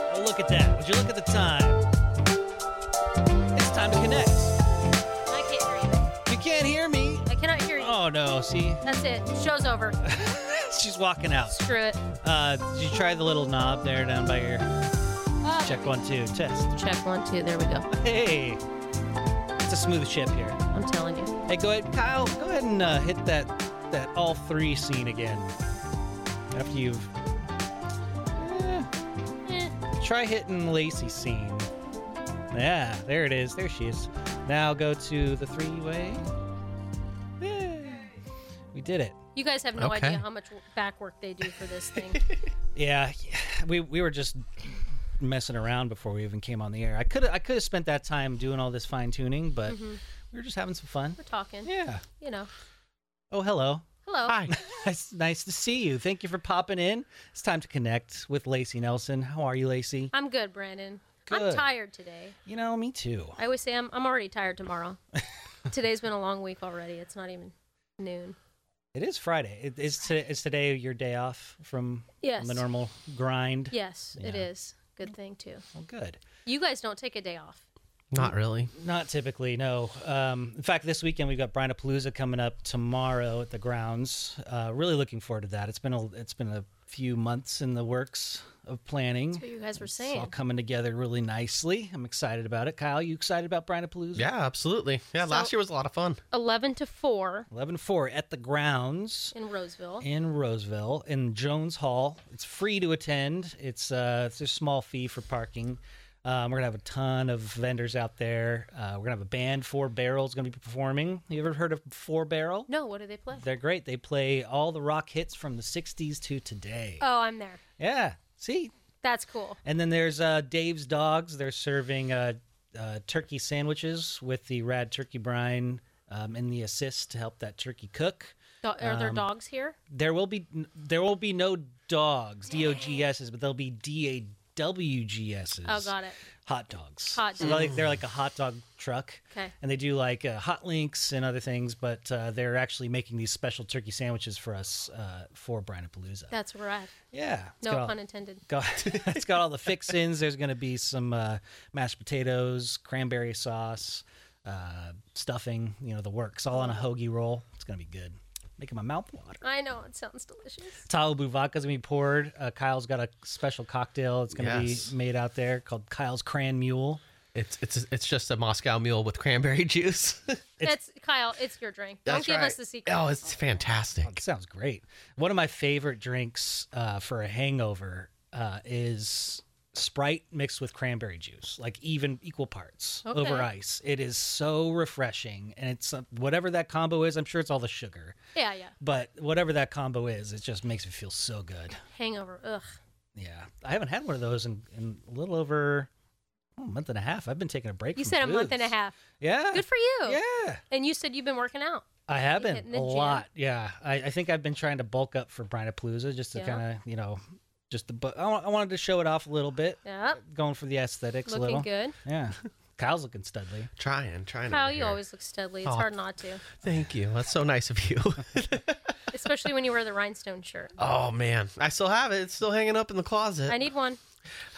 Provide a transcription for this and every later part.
Did you look at the time? It's time to connect. I can't hear You can't hear me. you. I cannot hear you. Oh no! See, That's it. Show's over. she's walking out. Screw it. Uh, did you try the little knob there down by your Oh, check one two test? Check one, two. There we go. Hey, it's a smooth ship here. I'm telling you. Hey, go ahead, Kyle. Go ahead and uh, hit that that all three scene again. After you've eh, Eh. try hitting Lacey scene. Yeah, there it is. There she is. Now go to the three way. Yeah. We did it. You guys have no Okay. idea how much back work they do for this thing. Yeah, yeah, we we were just messing around before we even came on the air. I could I could have spent that time doing all this fine tuning, but we were just having some fun. We're talking. Yeah. You know. Oh, hello. Hello. Hi. It's nice to see you. Thank you for popping in. It's time to connect with Lacey Nelson. How are you, Lacey? I'm good, Brandon. I'm Good. tired today. You know, me too. I always say I'm, I'm already tired tomorrow. Today's been a long week already. It's not even noon. It is Friday. It, is, to, is today your day off from Yes. the normal grind? Yes, it Yeah. is. Good thing, too. Well, good. You guys don't take a day off. Not Mm. really. Not typically, no. Um, in fact, this weekend we've got Brian Palooza coming up tomorrow at the grounds. Uh, really looking forward to that. It's been a it's been a few months in the works of planning. That's what you guys were It's all saying. coming together really nicely. I'm excited about it. Kyle, you excited about Brian Palooza? Yeah, absolutely. Yeah, last So- year was a lot of fun. 11 to 4 Eleven four at the grounds. in Roseville. in Roseville in Jones Hall. It's free to attend. It's uh, it's a small fee for parking. Um, we're gonna have a ton of vendors out there. Uh, we're gonna have a band. Four Barrel's gonna be performing. You ever heard of Four Barrel? No, what do they play? They're great. They play all the rock hits from the '60s to today. Oh, I'm there. Yeah. See. That's cool. And then there's uh, Dave's Dogs. They're serving uh, uh, turkey sandwiches with the rad turkey brine um, and the assist to help that turkey cook. Do- are Um, there dogs here? There will be there will be no dogs, D O G S S, but there'll be D A W G S S. Oh, got it. Hot dogs. Hot So they're like they're like a hot dog truck. Okay. And they do like uh, hot links and other things, but uh, they're actually making these special turkey sandwiches for us uh, for Brian Palooza. That's rad. Yeah. It's No got all- pun intended. got- it's got all the fixins. There's going to be some uh, mashed potatoes, cranberry sauce, uh, stuffing, you know, the works, all on a hoagie roll. It's going to be good. Making my mouth water. I know it sounds delicious. Talibu vodka's gonna be poured. Uh, Kyle's got a special cocktail. It's gonna Yes. be made out there called Kyle's Cran Mule. It's it's it's just a Moscow Mule with cranberry juice. That's Kyle. It's your drink. Don't That's give right. us the secret. Oh, it's It fantastic. sounds great. One of my favorite drinks uh, for a hangover uh, is Sprite mixed with cranberry juice, like even equal parts over Okay. ice. It is so refreshing, and it's uh, whatever that combo is. I'm sure it's all the sugar, Yeah, yeah. but whatever that combo is, it just makes me feel so good. Hangover. Ugh. Yeah, I haven't had one of those in, in a little over oh, a month and a half. I've been taking a break. You from said a month and a booze. half. Yeah, Good for you. Yeah, And you said you've been working out. I have You been hitting a the gym? lot. Yeah, I, I think I've been trying to bulk up for Brian Palooza just to Yeah. kind of you know just the but I, wa- I wanted to show it off a little bit, Yep. going for the aesthetics a Looking little. good. Yeah, Kyle's looking studly. Trying, trying. Kyle, over you here. Oh. always look studly. It's Aw. hard not to, Thank you. That's so nice of you. especially when you wear the rhinestone shirt. oh man, I still have it. It's still hanging up in the closet. I need one.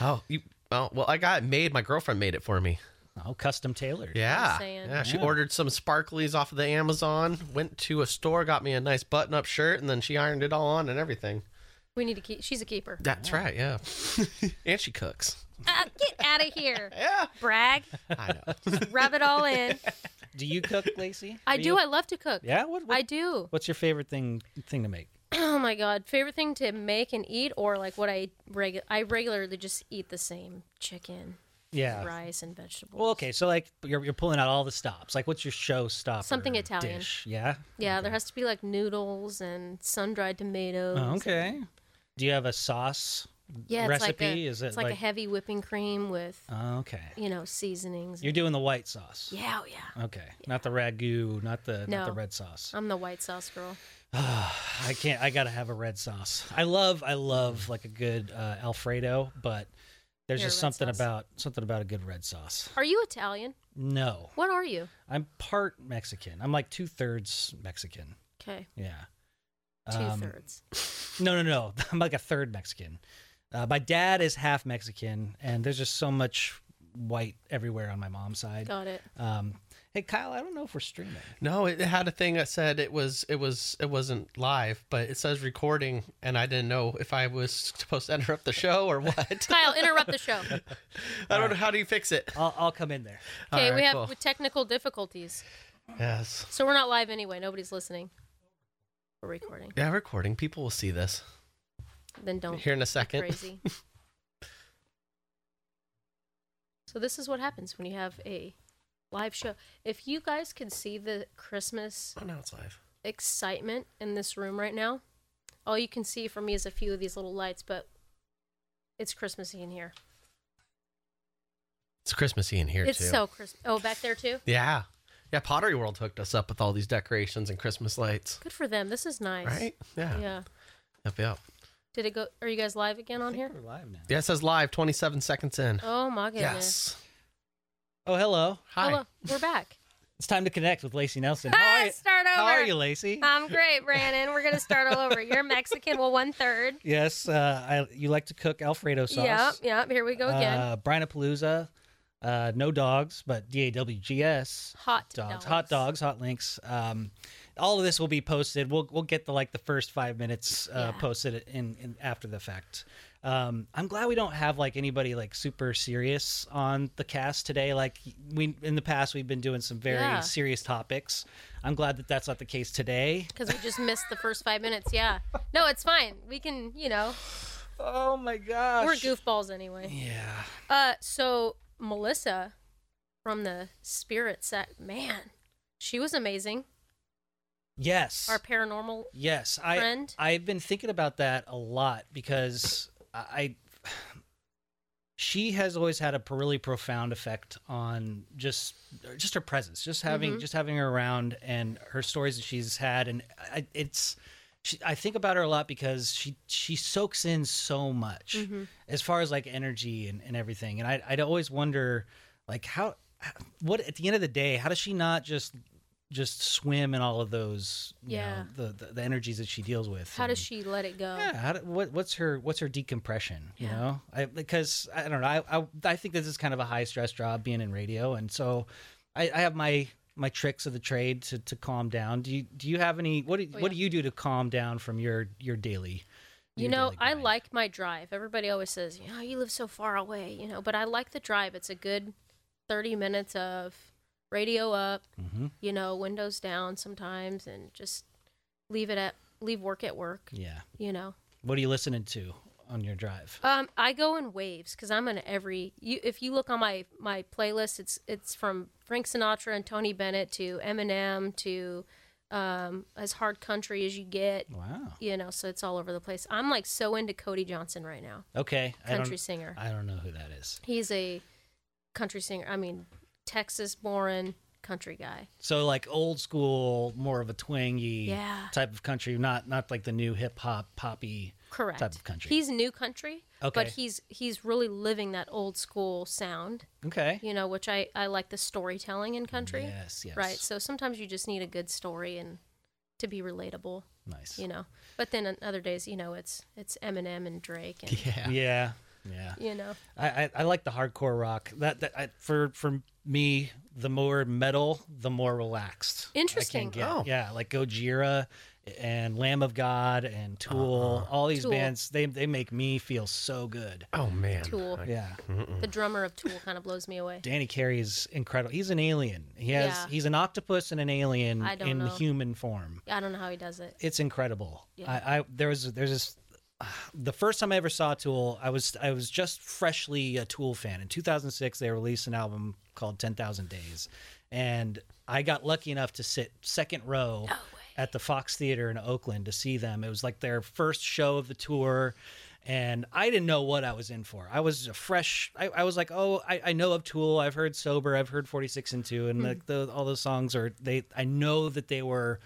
oh, you. Oh, well, I got it made. My girlfriend made it for me. Oh, custom tailored. Yeah. saying. Yeah. She Yeah. ordered some sparklies off of the Amazon, went to a store, got me a nice button up shirt, and then she ironed it all on and everything. We need to keep. She's a keeper. That's right. Yeah. and she cooks. Ah, get out of here. Yeah. Brag. I know. Rub it all in. Do you cook, Lacey? I Are do. you- I love to cook. yeah. What, what- I do. What's your favorite thing thing to make? Oh my god, favorite thing to make and eat, or like what I regu- I regularly just eat the same chicken, Yeah. rice, and vegetables. Well, okay. So like you're you're pulling out all the stops. Like, what's your show stop? Something Italian. Dish? Yeah. Yeah, there has to be like noodles and sun dried tomatoes. Oh, okay. Do you have a sauce? Yeah, it's recipe? like a, Is it it's like, a like- heavy whipping cream with Oh, okay. you know seasonings. You're doing the white sauce. yeah, oh yeah. Okay. Not the ragu, not the not the No. red sauce. I'm the white sauce girl. I can't I got to have a red sauce. I love I love like a good uh, alfredo, but there's You're a just red something sauce. about something about a good red sauce. Are you Italian? No. What are you? I'm part Mexican. I'm like two-thirds Mexican. Okay, Yeah. two Um, thirds. No, no, no. I'm like a third Mexican. Uh, my dad is half Mexican, and there's just so much white everywhere on my mom's side. Got it. Um, hey, Kyle, I don't know if we're streaming. No, it had a thing that said it was it was it wasn't live, but it says recording, and I didn't know if I was supposed to interrupt the show or what. Kyle, interrupt the show. I don't know how do you fix it. I'll, I'll come in there. All Okay, right, we have cool. technical difficulties, Yes. so we're not live anyway. Nobody's listening. We're recording. Yeah, recording. People will see this Then don't. here in a second. Oh, Crazy. so this is what happens when you have a live show. If you guys can see the Christmas Oh, now it's live. excitement in this room right now, all you can see for me is a few of these little lights, but it's Christmassy in here. It's Christmassy in here it's too. so Christmas. Oh, back there too. yeah, yeah. Pottery World hooked us up with all these decorations and Christmas lights. Good for them. This is nice. Right? Yeah. Yeah. Yep. Yep. Did it go? Are you guys live again on I think here? We're live now. Yeah, it says live. Twenty-seven seconds in. Oh my goodness. yes. Oh, hello. Hi. Hello. We're back. It's time to connect with Lacey Nelson. How are Hi, you, start over. Um, How are you Lacey? I'm great, Brandon. We're gonna start all over. You're Mexican. Well, one third. Yes, uh, I, you like to cook Alfredo sauce. Yep, yep. Here we go again. Uh, Brinapalooza, uh, no dogs, but DAWGS. hot dogs, dogs. hot dogs, hot links. Um, all of this will be posted. We'll we'll get the like the first five minutes uh, Yeah. posted in, in after the fact. Um, I'm glad we don't have like anybody like super serious on the cast today. Like we in the past we've been doing some very Yeah. serious topics. I'm glad that that's not the case today. Because we just missed the first five minutes. Yeah. No, it's fine. We can, you know, Oh my gosh, we're goofballs anyway. Yeah, Uh, so Melissa from the Spirit set, man, she was amazing. yes, Our paranormal. yes. I friend? I've been thinking about that a lot because I she has always had a really profound effect on just just her presence, just having just having her around and her stories that she's had, and I, it's. She, I think about her a lot because she she soaks in so much as far as like energy and, and everything, and I I'd always wonder like how what at the end of the day how does she not just just swim in all of those you Yeah. know, the, the the energies that she deals with How does and- she let it go? yeah. How do, what, what's her What's her decompression? You know, I, because I don't know. I, I I think this is kind of a high stress job being in radio, and so I, I have my my tricks of the trade to, to calm down. Do you Do you have any? What do, Oh, What do yeah. you do to calm down from your your daily? You your know, daily I grind? like my drive. Everybody always says, you know, you live so far away, you know, but I like the drive. It's a good 30 minutes of radio up, Mhm. you know, windows down sometimes and just leave it at leave work at work, Yeah. you know. What are you listening to on your drive? Um I go in waves cuz I'm in every you if you look on my my playlist, it's it's from Frank Sinatra and Tony Bennett to Eminem to um as hard country as you get. Wow. You know, so it's all over the place. I'm like so into Cody Johnson right now, Okay. I country don't. singer. I don't know who that is. He's a country singer. I mean, Texas born country guy. So like old school, more of a twangy Yeah. type of country, not not like the new hip hop poppy. Correct. Type of country. He's new country, Okay. but he's he's really living that old school sound, Okay. you know, which I I like the storytelling in country. Yes. Yes. Right. So sometimes you just need a good story and to be relatable, Nice. you know. But then on other days, you know, it's it's Eminem and Drake and Yeah. Yeah. Yeah. you know. I, I, I like the hardcore rock. That, that I, for for me, the more metal, the more relaxed. Interesting. I can get. Oh. Yeah, like Gojira and Lamb of God and Tool. All these Tool. bands, they they make me feel so good. Oh man. Tool. I- Yeah. The drummer of Tool kind of blows me away. Danny Carey is incredible. He's an alien. He has Yeah. he's an octopus and an alien I don't in know. human form. I don't know how he does it. It's incredible. Yeah. I, I there was there's this uh, the first time I ever saw Tool, I was I was just freshly a Tool fan. In 2006, they released an album called 10,000 Days, and I got lucky enough to sit second row at the Fox Theater in Oakland to see them. It was like their first show of the tour. And I didn't know what I was in for. I was a fresh. I, I was like, oh, I, I know of Tool. I've heard Sober. I've heard Forty Six and Two, and like the, all those songs are. They. I know that they were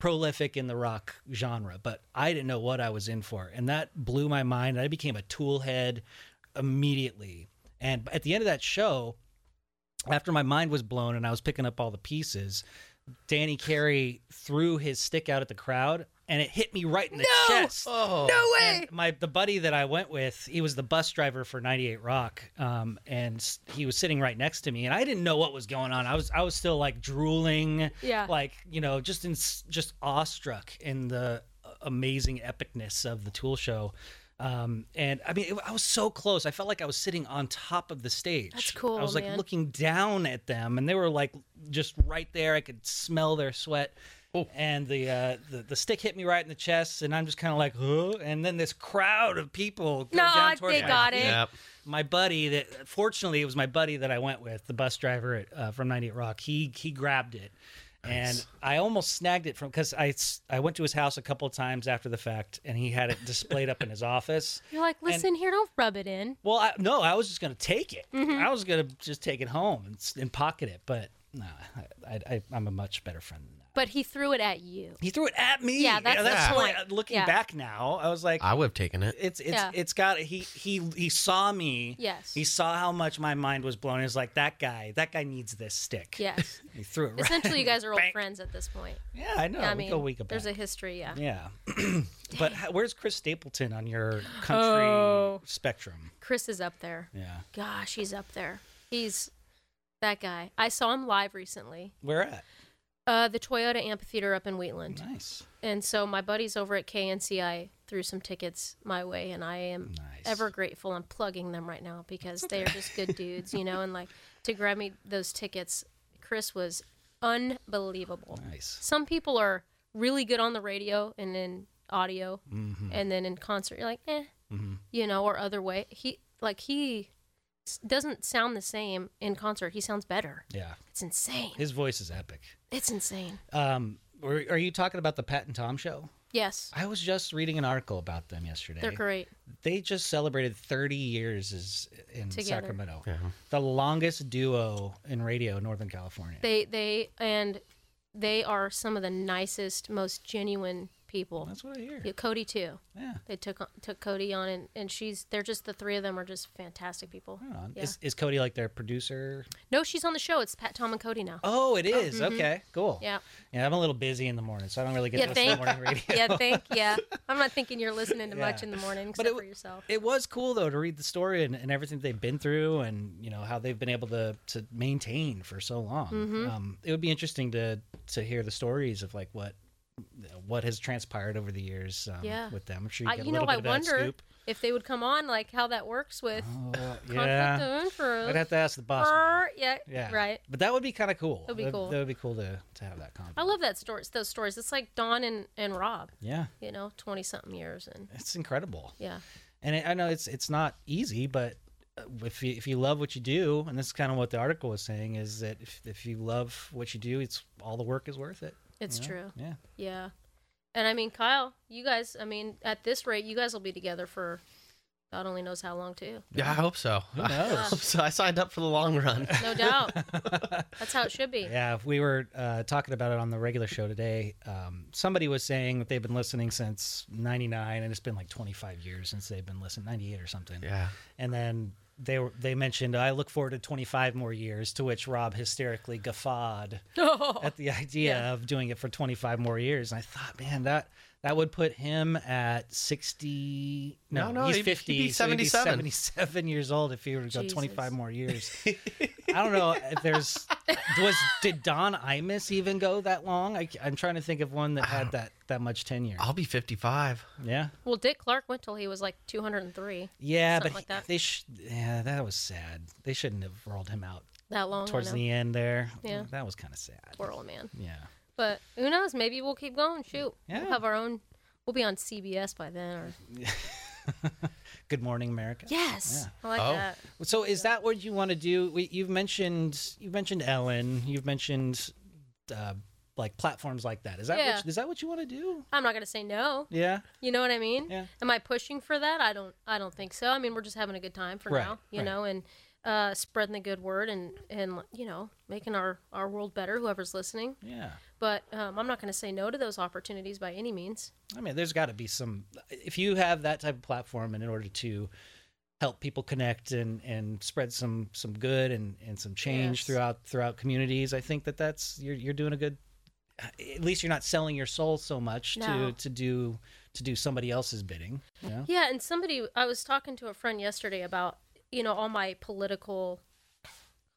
prolific in the rock genre, but I didn't know what I was in for. And that blew my mind. I became a tool head immediately. And at the end of that show, after my mind was blown and I was picking up all the pieces, Danny Carey threw his stick out at the crowd and it hit me right in the No! chest. Oh. No way. And my the buddy that I went with, he was the bus driver for 98 Rock, um, and s- he was sitting right next to me, and I didn't know what was going on. I was I was still like drooling, Yeah. like you know, just in s- just awestruck in the uh, amazing epicness of the Tool show. Um, and I mean, it, I was so close. I felt like I was sitting on top of the stage. That's cool, I was like man. looking down at them, and they were like just right there. I could smell their sweat. And the, uh, the the stick hit me right in the chest, and I'm just kind of like, huh? and then this crowd of people. Go No, down towards they my got feet. it. Yeah. My buddy, that fortunately it was my buddy that I went with, the bus driver at, uh, from 98 Rock. He he grabbed it, and I almost snagged it from because I s- I went to his house a couple of times after the fact, and he had it displayed up in his office. You're like, listen here, don't rub it in. Well, I, no, I was just gonna take it. Mm-hmm. I was gonna just take it home and, s- and pocket it, but no, I, I, I'm a much better friend than that. But he threw it at you. He threw it at me. Yeah, that's the why- point. Uh, Looking Yeah. back now, I was like, I would have taken it. it's it's Yeah. it's got he he he saw me. Yes. He saw how much my mind was blown. He was like, that guy, that guy needs this stick. Yes. He threw it. Right. Essentially, you guys are old Bang. friends at this point. Yeah, I know. I we mean, go we go there's a back. history. Yeah. Yeah. but how, where's Chris Stapleton on your country Oh. spectrum? Chris is up there. Yeah. Gosh, he's up there. He's that guy. I saw him live recently. Where at? Uh, the Toyota Amphitheater up in Wheatland. Nice. And so my buddies over at KNCI threw some tickets my way, and I am Nice. ever grateful. I'm plugging them right now because they are just good dudes, you know. And like to grab me those tickets, Chris was unbelievable. Nice. Some people are really good on the radio and in audio, Mm-hmm. and then in concert you're like, eh, you know, or other way. He like he s- doesn't sound the same in concert. He sounds better. Yeah. It's insane. His voice is epic. It's insane. Um, were- are you talking about the Pat and Tom show? Yes, I was just reading an article about them yesterday. they're great. They just celebrated 30 years as, in Together. Sacramento. The longest duo in radio in Northern California. They they and they are some of the nicest, most genuine people. That's what I hear. Yeah, Cody too. Yeah. They took on- took Cody on, and, and she's they're just the three of them are just fantastic people. Right on. Yeah. Is, is Cody like their producer? No, she's on the show. It's Pat, Tom, and Cody now. Oh, it is. Okay, cool. mm-hmm. Yeah. Yeah, I'm a little busy in the morning, so I don't really get Yeah, to listen to thank- morning radio. Yeah, think yeah. I'm not thinking you're listening to much Yeah. in the morning But except it for w- yourself. It was cool though to read the story and, and everything they've been through, and you know how they've been able to to maintain for so long. Mm-hmm. Um, it would be interesting to to hear the stories of like what what has transpired over the years um, Yeah. with them. I'm sure you I, get you a know, little I bit of that wonder scoop. if they would come on, like how that works with Oh, conflict yeah, of interest. I'd have to ask the boss. man. Or- yeah, Yeah, right. But that would be kind of cool. That'd be That- cool. That would be cool to to have that convo. I love that story. Those stories. It's like Don and and Rob. Yeah, You know, twenty something years and it's incredible. yeah. and I I know it's it's not easy, but uh, if you if you love what you do, and this is kind of what the article was saying, is that if if you love what you do, it's all the work is worth it. It's you know? true. Yeah. Yeah. And I mean, Kyle, you guys, I mean, at this rate, you guys will be together for God only knows how long, too. Yeah, I hope so. I knows? hope so. I signed up for the long run. No doubt. That's how it should be. Yeah, if we were uh, talking about it on the regular show today. Um, somebody was saying that they've been listening since '99, and it's been like 25 years since they've been listening, '98 or something. Yeah. And then they were they mentioned, "I look forward to 25 more years," to which Rob hysterically guffawed. at the idea Yeah. of doing it for 25 more years. And I thought, man, that that would put him at 60. No, No, no, he's he'd be- 50. he'd be so 77. 77 years old if he were to go Jesus. 25 more years. I don't know if there's was did Don Imus even go that long? I, am trying to think of one that had that that much tenure. Oh. I'll be 55. Yeah, Well, Dick Clark went till he was like 203. yeah, Something but like he- that. they sh- yeah that was sad. They shouldn't have rolled him out That long. towards Oh, I know. the end there. Yeah. that was kind of sad. Poor old man. Yeah, But who knows? Maybe we'll keep going. Shoot. Yeah. We'll have our own. We'll be on CBS by then. Or... Good Morning America. Yes. I like Oh. that. So is that what you want to do? We, you've mentioned you've mentioned Ellen. You've mentioned uh, like platforms like that. Is that Yeah. what, is that what you want to do? I'm not going to say no. Yeah. You know what I mean? Yeah. Am I pushing for that? I don't. I don't think so. I mean, we're just having a good time for Right, now, you right. know, and uh, spreading the good word and and you know making our our world better. Whoever's listening, Yeah. but um, I'm not going to say no to those opportunities by any means. I mean, there's got to be some. If you have that type of platform, and in order to help people connect and and spread some some good and and some change Yes. throughout throughout communities, I think that that's you're you're doing a good at least you're not selling your soul so much No. to to do to do somebody else's bidding. You know? Yeah, and somebody I was talking to a friend yesterday about, you know, all my political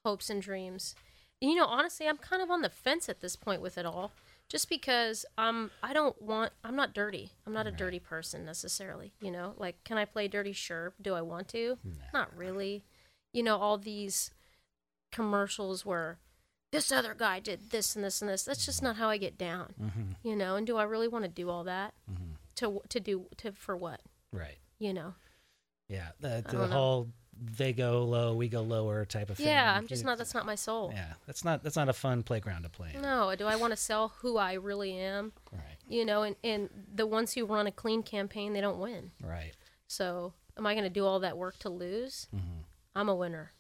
hopes and dreams. And, you know, honestly, I'm kind of on the fence at this point with it all. Just because um I don't want I'm not dirty. I'm not a dirty person necessarily, you know? Like can I play dirty? Sure. Do I want to? Not really. You know, all these commercials where this other guy did this and this and this. That's just not how I get down. Mm-hmm. You know, and do I really want to do all that? To to do to for what? Right. you know. Yeah. The, I the don't know. whole they go low, we go lower type of thing. Yeah, I'm just It- not. That's not my soul. Yeah, that's not that's not a fun playground to play. in. No, do I want to sell who I really am? Right. You know, and and the ones who run a clean campaign, they don't win. Right. So, am I going to do all that work to lose? Mm-hmm. I'm a winner,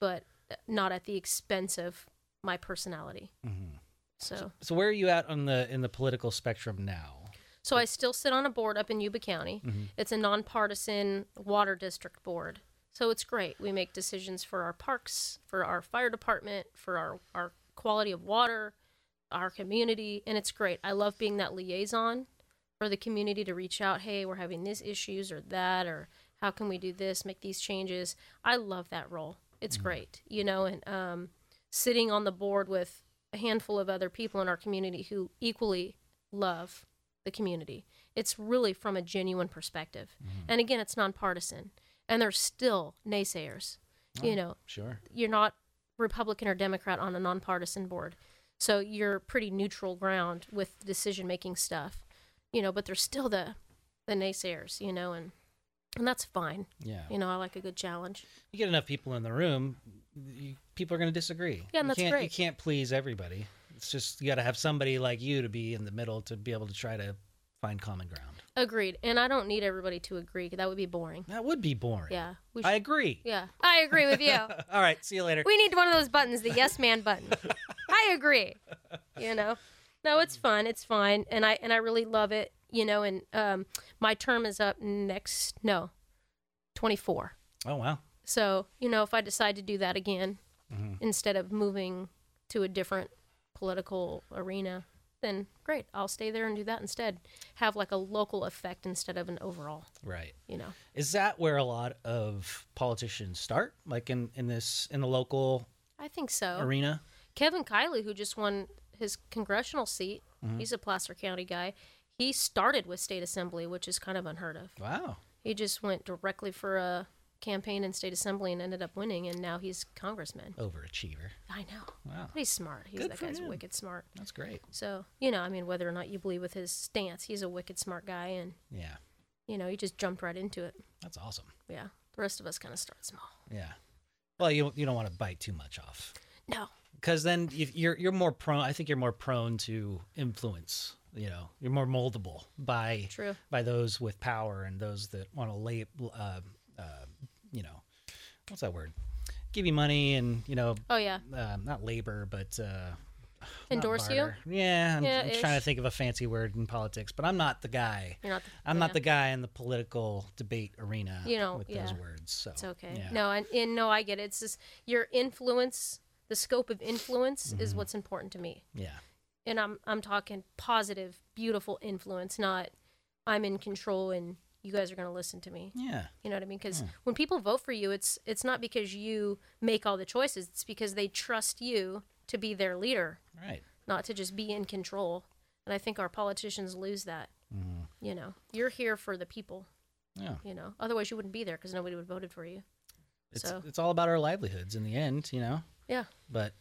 but not at the expense of my personality. Mm-hmm. So, So where are you at on the in the political spectrum now? so I still sit on a board up in Yuba County. Mm-hmm. It's a nonpartisan water district board. So it's great. We make decisions for our parks, for our fire department, for our, our quality of water, our community, and it's great. I love being that liaison for the community to reach out, hey, we're having these issues or that, or how can we do this, make these changes. I love that role. It's great, you know, and um, sitting on the board with a handful of other people in our community who equally love the community. It's really from a genuine perspective. And again, it's nonpartisan. And there's still naysayers. Oh. You know, Sure. you're not Republican or Democrat on a nonpartisan board. So you're pretty neutral ground with decision making stuff. You know, but there's still the the naysayers, you know, and and that's fine. Yeah. You know, I like a good challenge. You get enough people in the room, you, people are going to disagree. Yeah, and you that's can't, You great. can't please everybody. It's just you got to have somebody like you to be in the middle to be able to try to find common ground. Agreed. And I don't need everybody to agree. That would be boring. That would be boring. Yeah. We I agree. yeah. I agree with you. All right, see you later. We need one of those buttons, the yes man button. I agree. You know, no, it's fun. It's fine, and I and I really love it. You know, and um, my term is up next. No, twenty four. oh wow. So you know, if I decide to do that again, Mhm. instead of moving to a different political arena, then great. I'll stay there and do that instead. Have like a local effect instead of an overall. Right. You know. Is that where a lot of politicians start? Like in in this in the local I think so. arena? Kevin Kiley, who just won his congressional seat, Mm-hmm. he's a Placer County guy. He started with state assembly, which is kind of unheard of. Wow. He just went directly for a campaign in state assembly and ended up winning, and now he's congressman. Overachiever. I know. Wow. But he's smart. He's Good that for guy's him. wicked smart. That's great. So, you know, I mean, whether or not you believe with his stance, he's a wicked smart guy, and, Yeah. you know, he just jumped right into it. That's awesome. Yeah. The rest of us kind of start small. Yeah. Well, you you don't want to bite too much off No. because then if you're you're more prone. I think you're more prone to influence. You know, you're more moldable by True. by those with power and those that want to lay. Uh, uh, you know, what's that word? Give you money and you know, Oh, yeah. uh, not labor, but uh, not Endorse you? barter. Yeah, I'm, Yeah, I'm trying to ish. think of a fancy word in politics, but I'm not the guy. You're not the, I'm yeah. not the guy in the political debate arena. You know, with yeah. those words. So It's okay. yeah. No, and, and no, I get it. It's just your influence, the scope of influence is what's important to me. Yeah. And I'm I'm talking positive, beautiful influence, not I'm in control and you guys are going to listen to me. Yeah. You know what I mean? Cuz when people vote for you, it's it's not because you make all the choices. It's because they trust you to be their leader, Right. not to just be in control. And I think our politicians lose that. You know, you're here for the people, Yeah. you know. Otherwise you wouldn't be there cuz nobody would have voted for you. It's So- it's all about our livelihoods in the end, you know. Yeah, But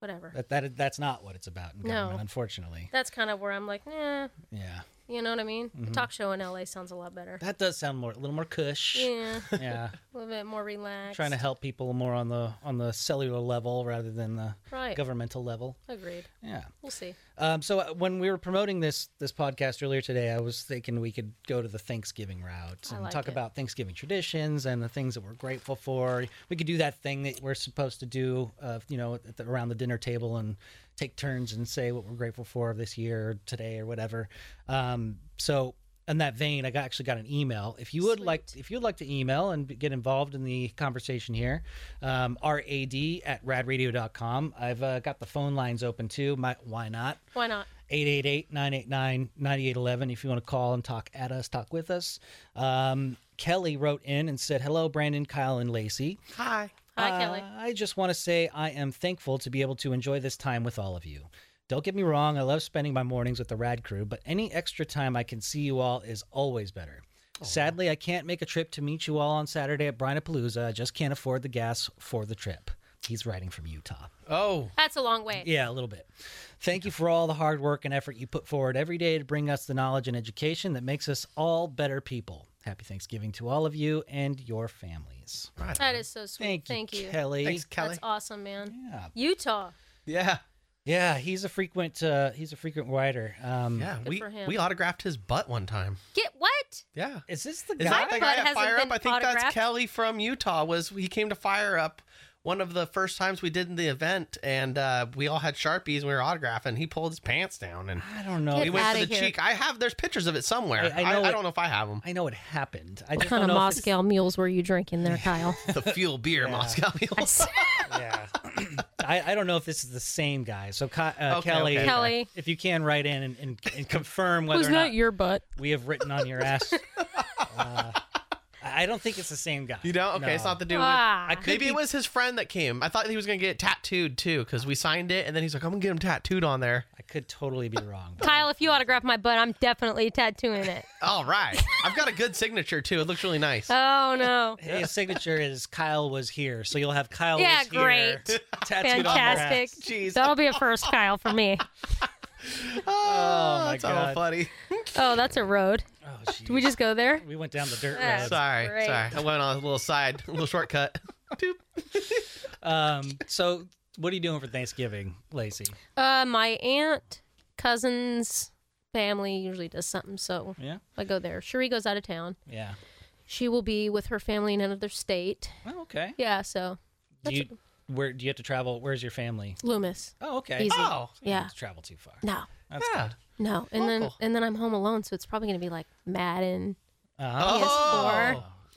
whatever. that, that that's not what it's about in No. government, unfortunately. that's kind of where I'm like, nah, Yeah. you know what I mean? A talk show in LA sounds a lot better. Mm-hmm. That does sound more a little more cush. yeah, Yeah. a little bit more relaxed. Trying to help people more on the on the cellular level rather than the right. governmental level. Agreed. Yeah. We'll see. Um, so uh, when we were promoting this this podcast earlier today, I was thinking we could go to the Thanksgiving route I and like talk it. about Thanksgiving traditions and the things that we're grateful for. We could do that thing that we're supposed to do, uh, you know, at the, around the dinner table and take turns and say what we're grateful for this year or today or whatever. Um, so in that vein, I got, actually got an email. If you would like, if you'd like to email and be- get involved in the conversation here, um, rad at radradio.com. I've uh, got the phone lines open too. My, why not? Why not? 888-989-9811 if you want to call and talk at us talk with us um, kelly wrote in and said hello brandon kyle and lacey Hi. Hi, uh, Kelly. I just want to say I am thankful to be able to enjoy this time with all of you. Don't get me wrong, I love spending my mornings with the rad crew, but any extra time I can see you all is always better. Sadly, I can't make a trip to meet you all on Saturday at Brinapalooza. I just can't afford the gas for the trip. He's writing from Utah. Oh, That's a long way. Yeah, a little bit. Thank you for all the hard work and effort you put forward every day to bring us the knowledge and education that makes us all better people. Happy Thanksgiving to all of you and your families. right. That is so sweet. Thank, Thank, you. you, Kelly. Thanks, Kelly. That's awesome, man. Yeah. Utah. Yeah. Yeah, he's a frequent uh, he's a frequent writer. Um, Yeah. Good We for him. we autographed his butt one time. Get what? Yeah. Is this the Is guy? that the butt guy at hasn't Fire Up? been I think that's autographed? Kelly from Utah. Was he came to Fire Up one of the first times we did the event, and uh, we all had sharpies and we were autographing. He pulled his pants down and I don't know. Get he went outta for the here. cheek. I have there's pictures of it somewhere. I- I, I I, know it- don't know if I have them. I know it happened. I What just kind don't of know. if Moscow mules were you drinking there, Kyle? The fuel beer Moscow Mule. it's- Yeah. I, I don't know if this is the same guy. So Ki- uh, Okay, Kelly, okay. Kelly. if you can write in and, and, and confirm whether or not your butt? we have written on your ass. uh, I I don't think it's the same guy. You don't? Okay, it's No. not the dude. with- Ah. I could Maybe be- it was his friend that came. I thought he was gonna get tattooed too, because we signed it, and then he's like, "I'm gonna get him tattooed on there." I could totally be wrong. but- Kyle, if you autograph my butt, I'm definitely tattooing it. All right, I've got a good signature too. It looks really nice. Oh no. His signature is Kyle was here, so you'll have Kyle Yeah, was here. great. tattooed on your ass. Fantastic. Jeez. That'll be a first, Kyle, for me. Oh, my that's God. all funny. Oh, that's a road. Oh, Did we just go there? We went down the dirt Yeah. road. sorry, great. sorry. I went on a little side, a little shortcut. Doop. Um, so what are you doing for Thanksgiving, Lacey? Uh, my aunt, cousins, family usually does something, so Yeah. I go there. Cherie goes out of town. Yeah. She will be with her family in another state. Oh, okay. Yeah, so Do That's- you, where do you have to travel? Where's your family? Loomis. Oh, okay. Easy. Oh, You don't Yeah. have to travel too far. No. That's yeah. No. And then Local. and then I'm home alone, so it's probably gonna be like Madden, Uh-huh. PS4. PS4.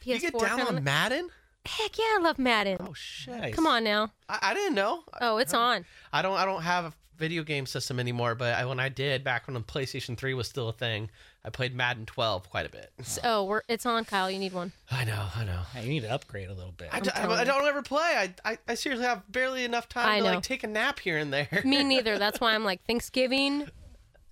PS4 Oh! You get down kinda on like- Madden? Heck yeah, I love Madden. Oh shit! Nice. Come on now. I, I didn't know. Oh, it's on. I don't. I don't have a video game system anymore. But I, when I did back when the PlayStation Three was still a thing, I played Madden 12 quite a bit. S- Oh, we're it's on, Kyle. You need one. I know. I know. Hey, you need to upgrade a little bit. I, d- I- telling I don't ever play. I, I, I seriously have barely enough time I to know. like take a nap here and there. Me neither. That's why I'm like Thanksgiving.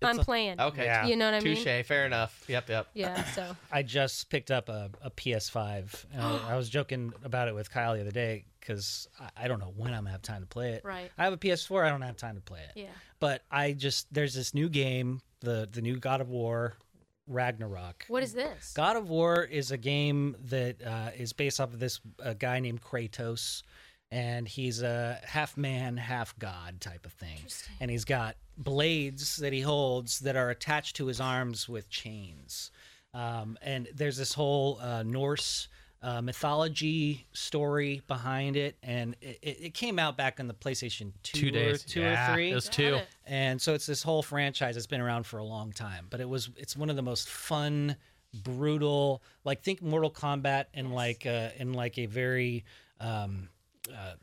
I'm playing. okay. Yeah. You know what I mean? Touche. Fair enough. Yep. Yep. Yeah. So I just picked up a, a PS5. And I I was joking about it with Kyle the other day because I, I don't know when I'm gonna have time to play it. Right. I have a PS4. I don't have time to play it. yeah. But I just there's this new game, the the new God of War, Ragnarok. What is this? God of War is a game that uh, is based off of this uh, guy named Kratos, and he's a half man, half god type of thing. And he's got blades that he holds that are attached to his arms with chains. Um, and there's this whole uh, Norse uh, mythology story behind it, and it, it it came out back on the PlayStation Two, or- two or three It was two. it. and so it's this whole franchise that's been around for a long time but it was it's one of the most fun brutal like think mortal kombat in like uh in like a very um uh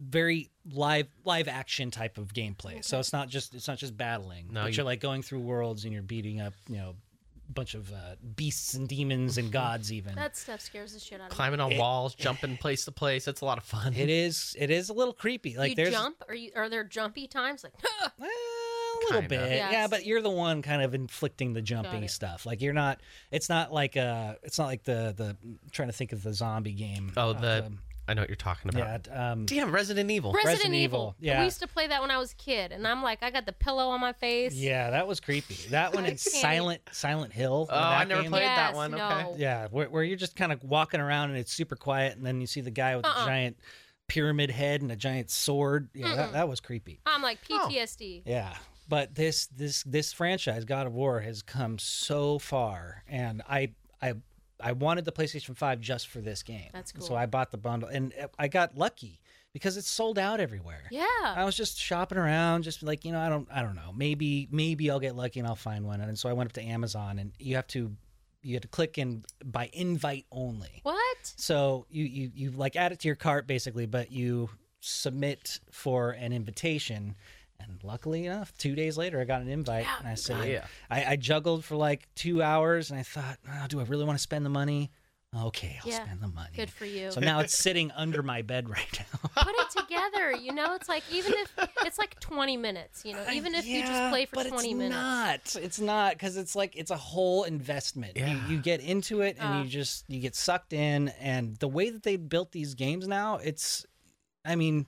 very live live action type of gameplay so it's not just it's not just battling No, but you- you're like going through worlds and you're beating up you know a bunch of uh, beasts and demons and gods even That stuff scares the shit out of me. Climbing on walls, jumping place to place. It's a lot of fun. it is it is a little creepy like you there's jump? Are you? Are there jumpy times? Like, Eh, a little Kinda. bit, Yes. yeah. But you're the one kind of inflicting the Got jumpy it. stuff. Like you're not. It's not like uh. It's not like the the. I'm trying to think of the zombie game. Oh, Uh, the. um, I know what you're talking about. yeah. Um, Damn, Resident Evil. Resident, Resident Evil. Evil, yeah. We used to play that when I was a kid, and I'm like, I got the pillow on my face. yeah, that was creepy. That one I and can't even- Silent Silent Hill. Oh, I that never game. played that Yes, one. no. Okay. Yeah, where, where you're just kind of walking around and it's super quiet, and then you see the guy with the Uh-uh. giant pyramid head and a giant sword. Yeah, that, Mm-mm. that was creepy. I'm like PTSD. Oh. Yeah. But this this this franchise, God of War, has come so far, and I I I wanted the PlayStation Five just for this game. That's And So cool. I bought the bundle, and I got lucky because it's sold out everywhere. Yeah. I was just shopping around, just like you know, I don't, I don't know. Maybe, maybe I'll get lucky and I'll find one. And so I went up to Amazon, and you have to, you have to click and by invite only. What? So you, you, you like add it to your cart basically, but you submit for an invitation. And luckily enough, two days later, I got an invite, and I said, Yeah. I, I juggled for like two hours, and I thought, oh, do I really want to spend the money? Okay, I'll Yeah. spend the money. Good for you. So now it's sitting under my bed right now. Put it together. You know, it's like even if it's like 20 minutes. You know, even if you just Yeah, play for but 20 it's minutes. Not. It's not because it's like it's a whole investment. Yeah. You, you get into it and Uh. you just you get sucked in. And the way that they built these games now, it's, I mean,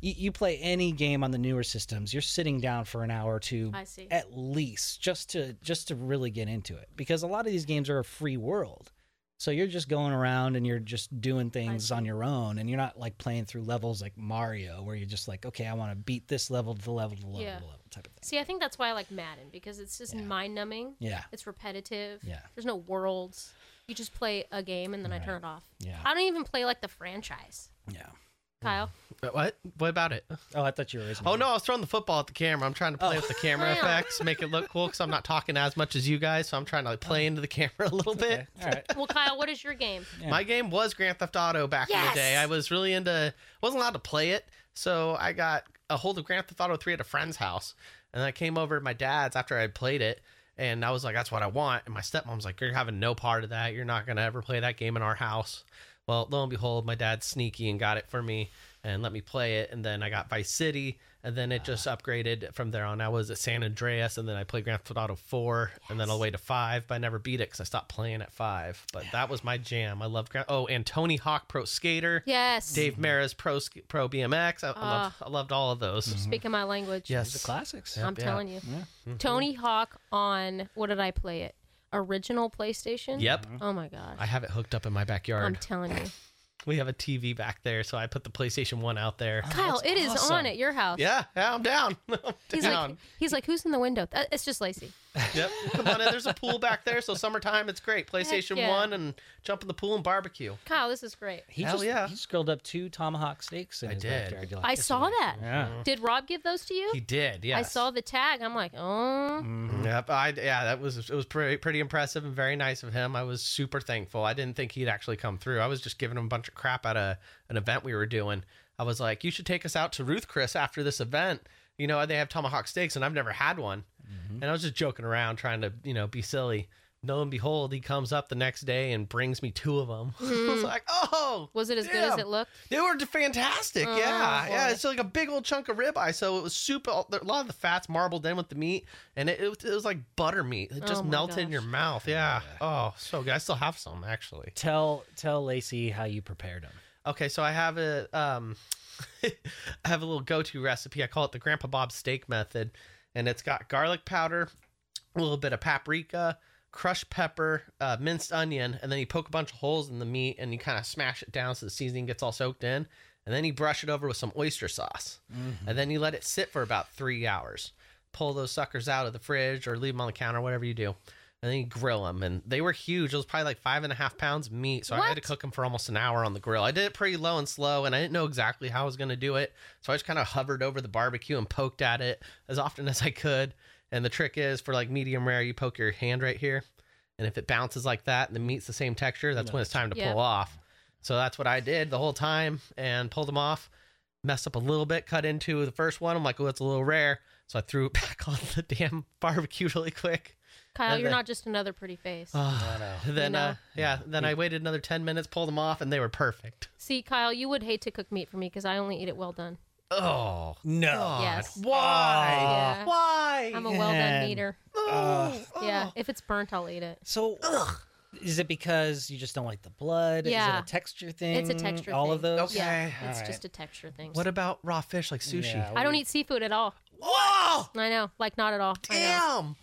you, you play any game on the newer systems, you're sitting down for an hour or two I see. at least just to just to really get into it because a lot of these games are a free world so you're just going around and you're just doing things see. on your own and you're not like playing through levels like mario where you're just like okay i want to beat this level to the level to the level Yeah. to the level type of thing See, I think that's why I like Madden because it's just Yeah. mind numbing. yeah It's repetitive. Yeah. There's no worlds. You just play a game and then I Right. turn it off. yeah I don't even play like the franchise. yeah Kyle, What? What about it? oh i thought you were raising Oh your no, I was throwing the football at the camera. I'm trying to play Oh. with the camera Wow. effects, make it look cool because I'm not talking as much as you guys, so I'm trying to like, play into the camera a little hand. bit. Oh. okay. all right well, Kyle, what is your game? Yeah. My game was Grand Theft Auto back in Yes! the day. I was really into wasn't allowed to play it, so I got a hold of Grand Theft Auto 3 at a friend's house. And I came over to my dad's after I had played it, and I was like, that's what I want. And my stepmom's like, You're having no part of that. You're not gonna ever play that game in our house. Well, lo and behold, my dad's sneaky and got it for me and let me play it. And then I got Vice City, and then it just upgraded from there on. I was at San Andreas, and then I played Grand Theft Auto 4, and then all the way to 5, but I never beat it because I stopped playing at 5. But that was my jam. I loved Grand. Oh, and Tony Hawk Pro Skater, Yes. Dave Mara's Pro Sk- Pro BMX. I, I, loved, Ah. I loved all of those. Speaking my language. Yes. the classics I'm yeah. Mm-hmm. telling you. Yeah. Tony Hawk on what did I play it? Original PlayStation? Yep. Oh my gosh. I have it hooked up in my I'm backyard. telling you. we have a TV back there, so I put the PlayStation 1 out there. Kyle, it is awesome. on at your house. Yeah, yeah, I'm down. I'm He's down. like he's like, who's in the window? That- It's just Lacey. Yep. Come on in. There's a pool back there, so summertime it's great. PlayStation yeah. One and jump in the pool and barbecue. Kyle, this is great. he Hell just yeah. he just grilled up two tomahawk steaks in I his did. backyard. You're like, I this is saw amazing. that. yeah Did Rob give those to you? He Mm. did. Yeah. I saw the tag. I'm like, oh, Yep. I, yeah. That was it was pretty pretty impressive and very nice of him. I was super thankful. I didn't think he'd actually come through. I was just giving him a bunch of crap at a an event we were doing. I was like, you should take us out to Ruth Chris after this event. You know, they have tomahawk steaks, and I've never had one. And I was just joking around, trying to you know be silly. Lo and behold, he comes up the next day and brings me two of them. I was like, oh, Hmm. was it as good as Damn. it looked? They were fantastic. Oh, yeah. boy. Yeah. It's like a big old chunk of ribeye. So it was super, a lot of the fats marbled in with the meat. And it, it, was, it was like butter meat. It just Oh, my melted in gosh. your mouth. Yeah. Oh, so good. I still have some, actually. tell tell lacey how you prepared him Okay. So I have a, um, I have a little go to recipe. I call it the Grandpa Bob steak method. And it's got garlic powder, a little bit of paprika, crushed pepper, uh, minced onion, and then you poke a bunch of holes in the meat and you kind of smash it down so the seasoning gets all soaked in. And then you brush it over with some oyster sauce. And then you let it sit for about three hours. Pull those suckers out of the fridge or leave them on the counter, whatever you do. And then you grill them. And they were huge. It was probably like five and a half pounds of meat. So I had to What? cook them for almost an hour on the grill. I did it pretty low and slow, and I didn't know exactly how I was going to do it. So I just kind of hovered over the barbecue and poked at it as often as I could. And the trick is for like medium rare, you poke your hand right here. And if it bounces like that and the meat's the same texture, that's when it's time to Yeah. pull off. So that's what I did the whole time and pulled them off. Messed up a little bit, cut into the first one. I'm like, oh, that's a little rare. So I threw it back on the damn barbecue really quick. Kyle, And you're the- not just another pretty face. Ah, Then, You uh, know. yeah, then I waited another 10 minutes, pulled them off, and they were perfect. See, Kyle, you would hate to cook meat for me because I only eat it well done. Oh, no God. Yes. Why? Yeah. Why? I'm a well done Man. eater. Oh, Yeah, oh. if it's burnt, I'll eat it. So, is it because you just don't like the blood? Is Yeah. it a texture thing? It's a texture All thing. of those? Okay. Yeah, All it's right. just a texture thing. What about raw fish like sushi? Yeah, I don't we- eat seafood at all. Whoa! I know, like not at all. I know.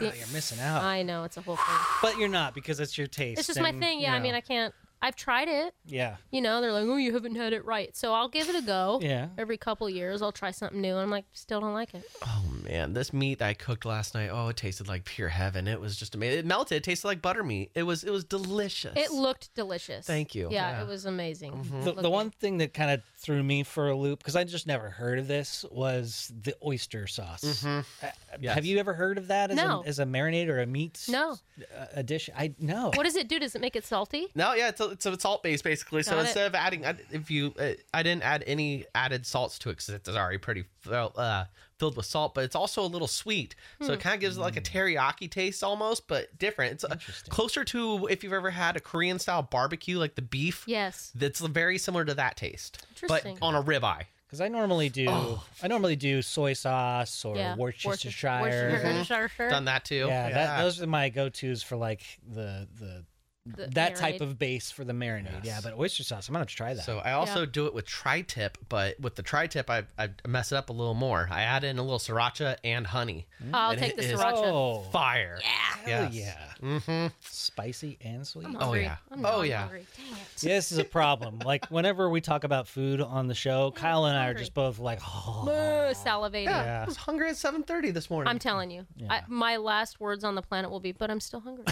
Damn! Oh, you're missing out. I know it's a whole thing. But you're not because it's your taste. Uh, It's just my and, thing. you Yeah, I know, mean, I can't. I've tried it. Yeah. You know, they're like, oh, you haven't had it right. So I'll give it a go. Yeah. Every couple years, I'll try something new. And I'm like, still don't like it. Oh man, this meat I cooked last night. Oh, it tasted like pure heaven. It was just amazing. It melted. It tasted like buttermeat. It was it was delicious. It looked delicious. Thank you. Yeah, Yeah. it was amazing. Mm-hmm. The, the Looking- one thing that kind of threw me for a loop because I just never heard of this was the oyster sauce. Mhm. Uh, Yes. Have you ever heard of that as, No. a, as a marinade or a meat No. uh, a dish? I no. What does it do? Does it make it salty? No, yeah, it's a, it's a salt base basically. so Got it. instead of adding, I- if you, uh, I didn't add any added salts to it because it's already pretty fill- uh, filled with salt, but it's also a little sweet. So Hmm. it kind of gives it like a teriyaki taste almost, but different. It's uh, Interesting. closer to if you've ever had a Korean style barbecue, like the beef. Yes. That's very similar to that taste, but Interesting. on a ribeye. Because I normally do Oh. I normally do soy sauce or yeah. Worcestershire. Worcestershire. Done that too. Yeah, That, those are my go tos for like the the, The that type marinade. of base for the marinade. Yeah, Yes. but oyster sauce, I'm gonna have to try that. So I also do it with tri-tip, but with the tri-tip, I, I mess it up a little more. I add in a little sriracha and honey. I'll And take it the is- sriracha. oh, Fire. hell Yes. yeah, Mm-hmm. spicy and sweet. I'm Oh, hungry. yeah. I'm Oh, really yeah. Hungry. Dang it. Yeah, this is a problem. Like whenever we talk about food on the show, Kyle and I are just both like, oh, Ugh, salivating. Yeah, Yeah. I was hungry at 7:30 this morning. I'm telling you, I, Yeah. my last words on the planet will be, "But I'm still hungry."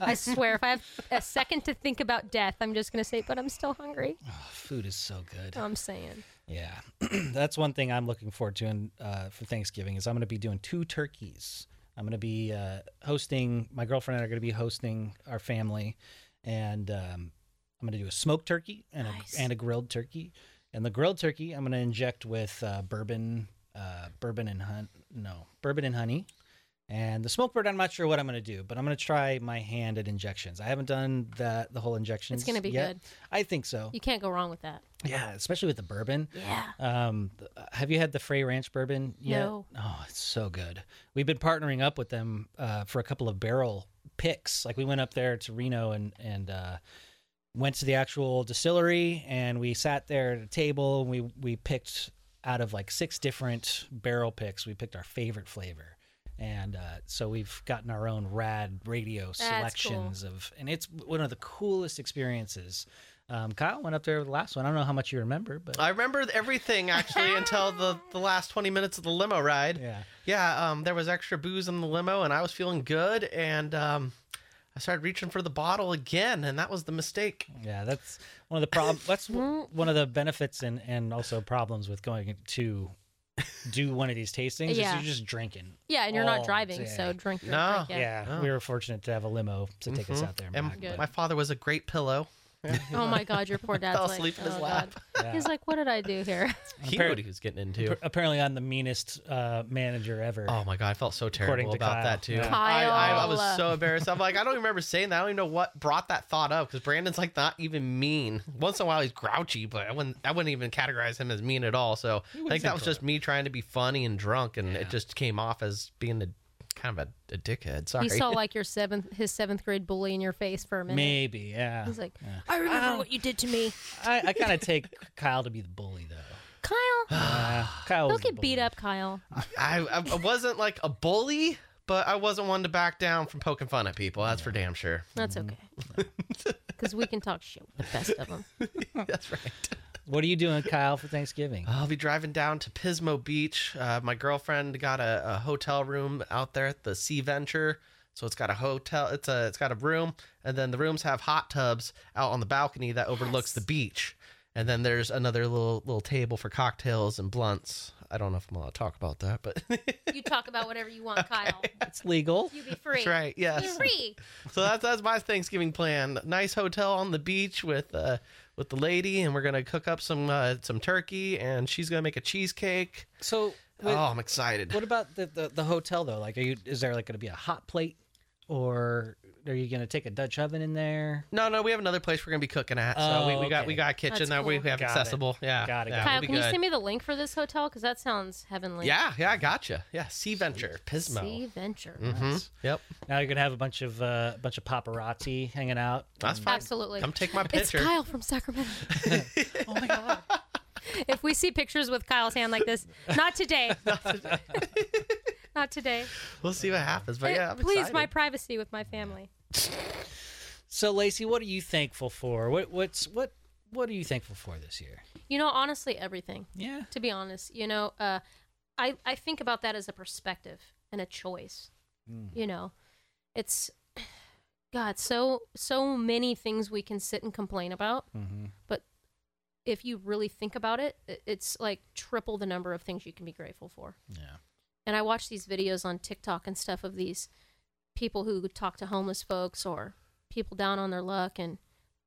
I swear, if I have a second to think about death, I'm just gonna say, "But I'm still hungry." food is so good. I'm saying. Yeah, that's one thing I'm looking forward to in, uh, for Thanksgiving is I'm going to be doing two turkeys. I'm going to be uh, hosting. My girlfriend and I are going to be hosting our family, and um, I'm going to do a smoked turkey and Nice. a, and a grilled turkey. And the grilled turkey I'm going to inject with uh, bourbon, uh, bourbon and hun- no bourbon and honey. And the smoked bird, I'm not sure what I'm going to do, but I'm going to try my hand at injections. I haven't done that the whole injections. gonna be yet. good. I think so. You can't go wrong with that. Yeah, especially with the bourbon. Yeah. Um, th- have you had the Frey Ranch bourbon yet? No. Oh, it's so good. We've been partnering up with them uh, for a couple of barrel picks. Like we went up there to Reno and and uh, went to the actual distillery and we sat there at a table and we we picked out of like six different barrel picks. We picked our favorite flavor. And uh, so we've gotten our own rad radio cool. selections of, and it's one of the coolest experiences. Um, Kyle went up there with the last one. I don't know how much you remember, but I remember everything actually until the, the last 20 minutes of the limo ride. yeah. Yeah, um, there was extra booze in the limo, and I was feeling good, and um, I started reaching for the bottle again, and that was the mistake. Yeah, that's one of the problem. That's w- one of the benefits and and also problems with going to do one of these tastings Yeah. is you're just drinking. Yeah, and you're Oh, not driving, so dang. drink. Your No. drink, Yeah, yeah. Oh. we were fortunate to have a limo to take us Mhm. out there. And And back, Good. but my father was a great pillow. Oh my God, your poor dad's Fell like, asleep in his "Oh, lap. God." Yeah. He's like, "What did I do here?" He knew what he was getting into. Ap- apparently, I'm the meanest uh, manager ever. Oh my god, I felt so According terrible to about Kyle. that too. Yeah. I, I, I was Kyle. so embarrassed. I'm like, I don't remember saying that. I don't even know what brought that thought up because Brandon's like not even mean. Once in a while he's grouchy, but I wouldn't I wouldn't even categorize him as mean at all. So I think that was just me trying to be funny and drunk, and it just came off as being a kind of a, a dickhead. Sorry. He saw like your seventh, his seventh grade bully in your face for a minute. Maybe, yeah. He's like, "I remember what you did to me, I, I kind of take Kyle to be the bully though. Kyle." Uh, Kyle Don't was the get beat bully. up, Kyle. I, I I wasn't like a bully, but I wasn't one to back down from poking fun at people. That's for damn sure. That's okay. Because we can talk shit with the best of them. That's right. What are you doing, Kyle, for Thanksgiving? I'll be driving down to Pismo Beach. Uh, my girlfriend got a, a hotel room out there at the Sea Venture, so it's got a hotel. It's a it's got a room, and then the rooms have hot tubs out on the balcony that overlooks the beach. And then there's another little little table for cocktails and blunts. I don't know if I'm allowed to talk about that, but You talk about whatever you want, Kyle. It's legal. You be free. that's right. Be Yes. free. So that's that's my Thanksgiving plan. Nice hotel on the beach with uh with the lady, and we're gonna cook up some uh, some turkey, and she's gonna make a cheesecake. So, oh, what, I'm excited. what about the, the the hotel though? Like, are you is there like going to be a hot plate, or are you going to take a Dutch oven in there? No, no, we have another place we're gonna be cooking at. so Oh, we, we got okay. we got a kitchen That's that we cool. have Got it. accessible. Yeah, Got it, yeah, got Kyle, we'll be can you good. send me the link for this hotel? Because that sounds heavenly. Yeah, yeah, I gotcha. Yeah, Sea Venture, Pismo. Sea Venture. hmm Yep, Now you're gonna have a bunch of uh, a bunch of paparazzi hanging out. that's fine. Absolutely. Come take my It's picture. Kyle from Sacramento. Oh my god! if we see pictures with Kyle's hand like this, not today. Not today. We'll see what happens. But yeah, I'm Please, my excited. privacy with my family. So, Lacey, what are you thankful for? What what's what what are you thankful for this year? You know, honestly, everything. Yeah. To be honest, you know, uh, I I think about that as a perspective and a choice. You know, it's God. So so many things we can sit and complain about, Mm-hmm. if you really think about it, i- it's like triple the number of things you can be grateful for. Yeah. And I watch these videos on TikTok and stuff of these people who talk to homeless folks or people down on their luck. And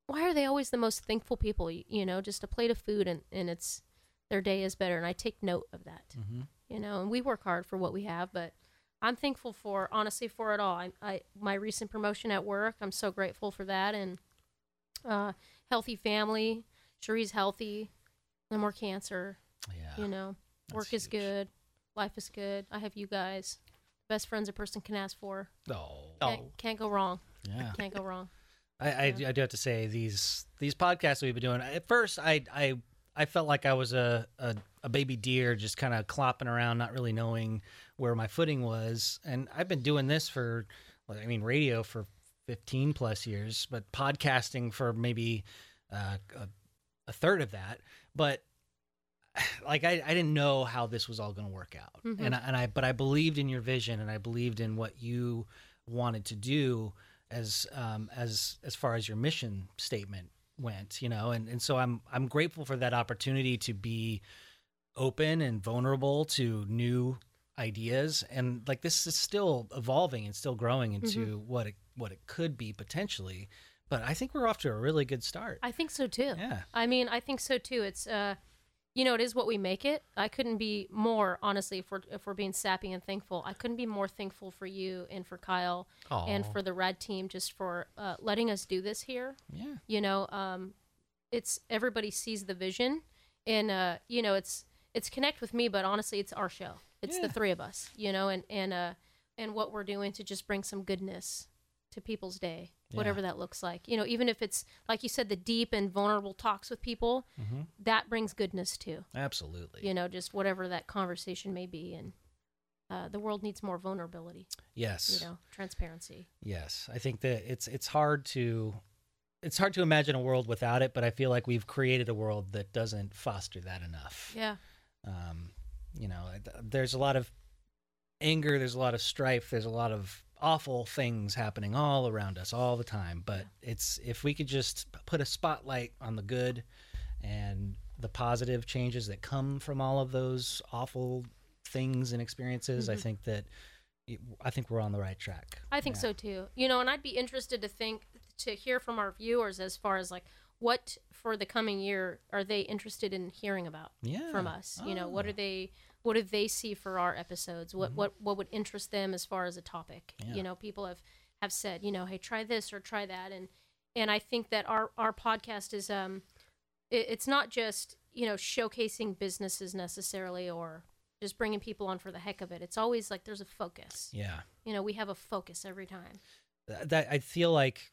why are they always the most thankful people? You, you know, just a plate of food and, and it's their day is better. And I take note of that, Mm-hmm. you know, and we work hard for what we have, but I'm thankful for honestly for it all. I, I my recent promotion at work, I'm so grateful for that and uh, healthy family. Cherie's healthy, no more cancer. Yeah. You know, Ah, That's work is huge. good, life is good. I have you guys, best friends a person can ask for. Oh. Can't, can't go wrong. Yeah. Can't go wrong. I, I, I do have to say these these podcasts we've been doing. At first, I I I felt like I was a a, a baby deer, just kind of clopping around, not really knowing where my footing was. And I've been doing this for, like, I mean, radio for fifteen plus years, but podcasting for maybe uh, a, a third of that. But like I, I didn't know how this was all going to work out, Mhm. and I, and I but I believed in your vision, and I believed in what you wanted to do as um, as as far as your mission statement went, you know, and and so I'm I'm grateful for that opportunity to be open and vulnerable to new ideas, and like this is still evolving and still growing into what it what it could be potentially, but I think we're off to a really good start. I think so too. yeah, I mean, I think so too. It's uh, you know, it is what we make it. I couldn't be more honestly. If we're if we're being sappy and thankful, I couldn't be more thankful for you and for Kyle and Aw. for the red team just for uh, letting us do this here. yeah, you know um it's everybody sees the vision and uh you know it's it's connect with me but honestly it's our show it's the Yeah. three of us you know and and uh and what we're doing to just bring some goodness to people's day whatever that looks like you know even if it's like you said the deep and vulnerable talks with people Mhm. that brings goodness too absolutely. you know just whatever that conversation may be and uh, the world needs more vulnerability Yes. you know transparency Yes, I think that it's it's hard to it's hard to imagine a world without it, but I feel like we've created a world that doesn't foster that enough. yeah Um, you know, th- there's a lot of anger, there's a lot of strife, there's a lot of awful things happening all around us all the time, but it's if we could just p- put a spotlight on the good and the positive changes that come from all of those awful things and experiences, I Mhm. think that it, I think we're on the right track. I think Yeah. so too. You know, and I'd be interested to think to hear from our viewers as far as like what for the coming year are they interested in hearing about Yeah. from us? You know, what Ah. Mm-hmm. are they what do they see for our episodes? What what what would interest them as far as a topic? Yeah. You know, people have have said, you know, hey, try this or try that and and I think that our our podcast is um it, it's not just, you know, showcasing businesses necessarily or just bringing people on for the heck of it. It's always like there's a focus. Yeah. You know, we have a focus every time. Th- That I feel like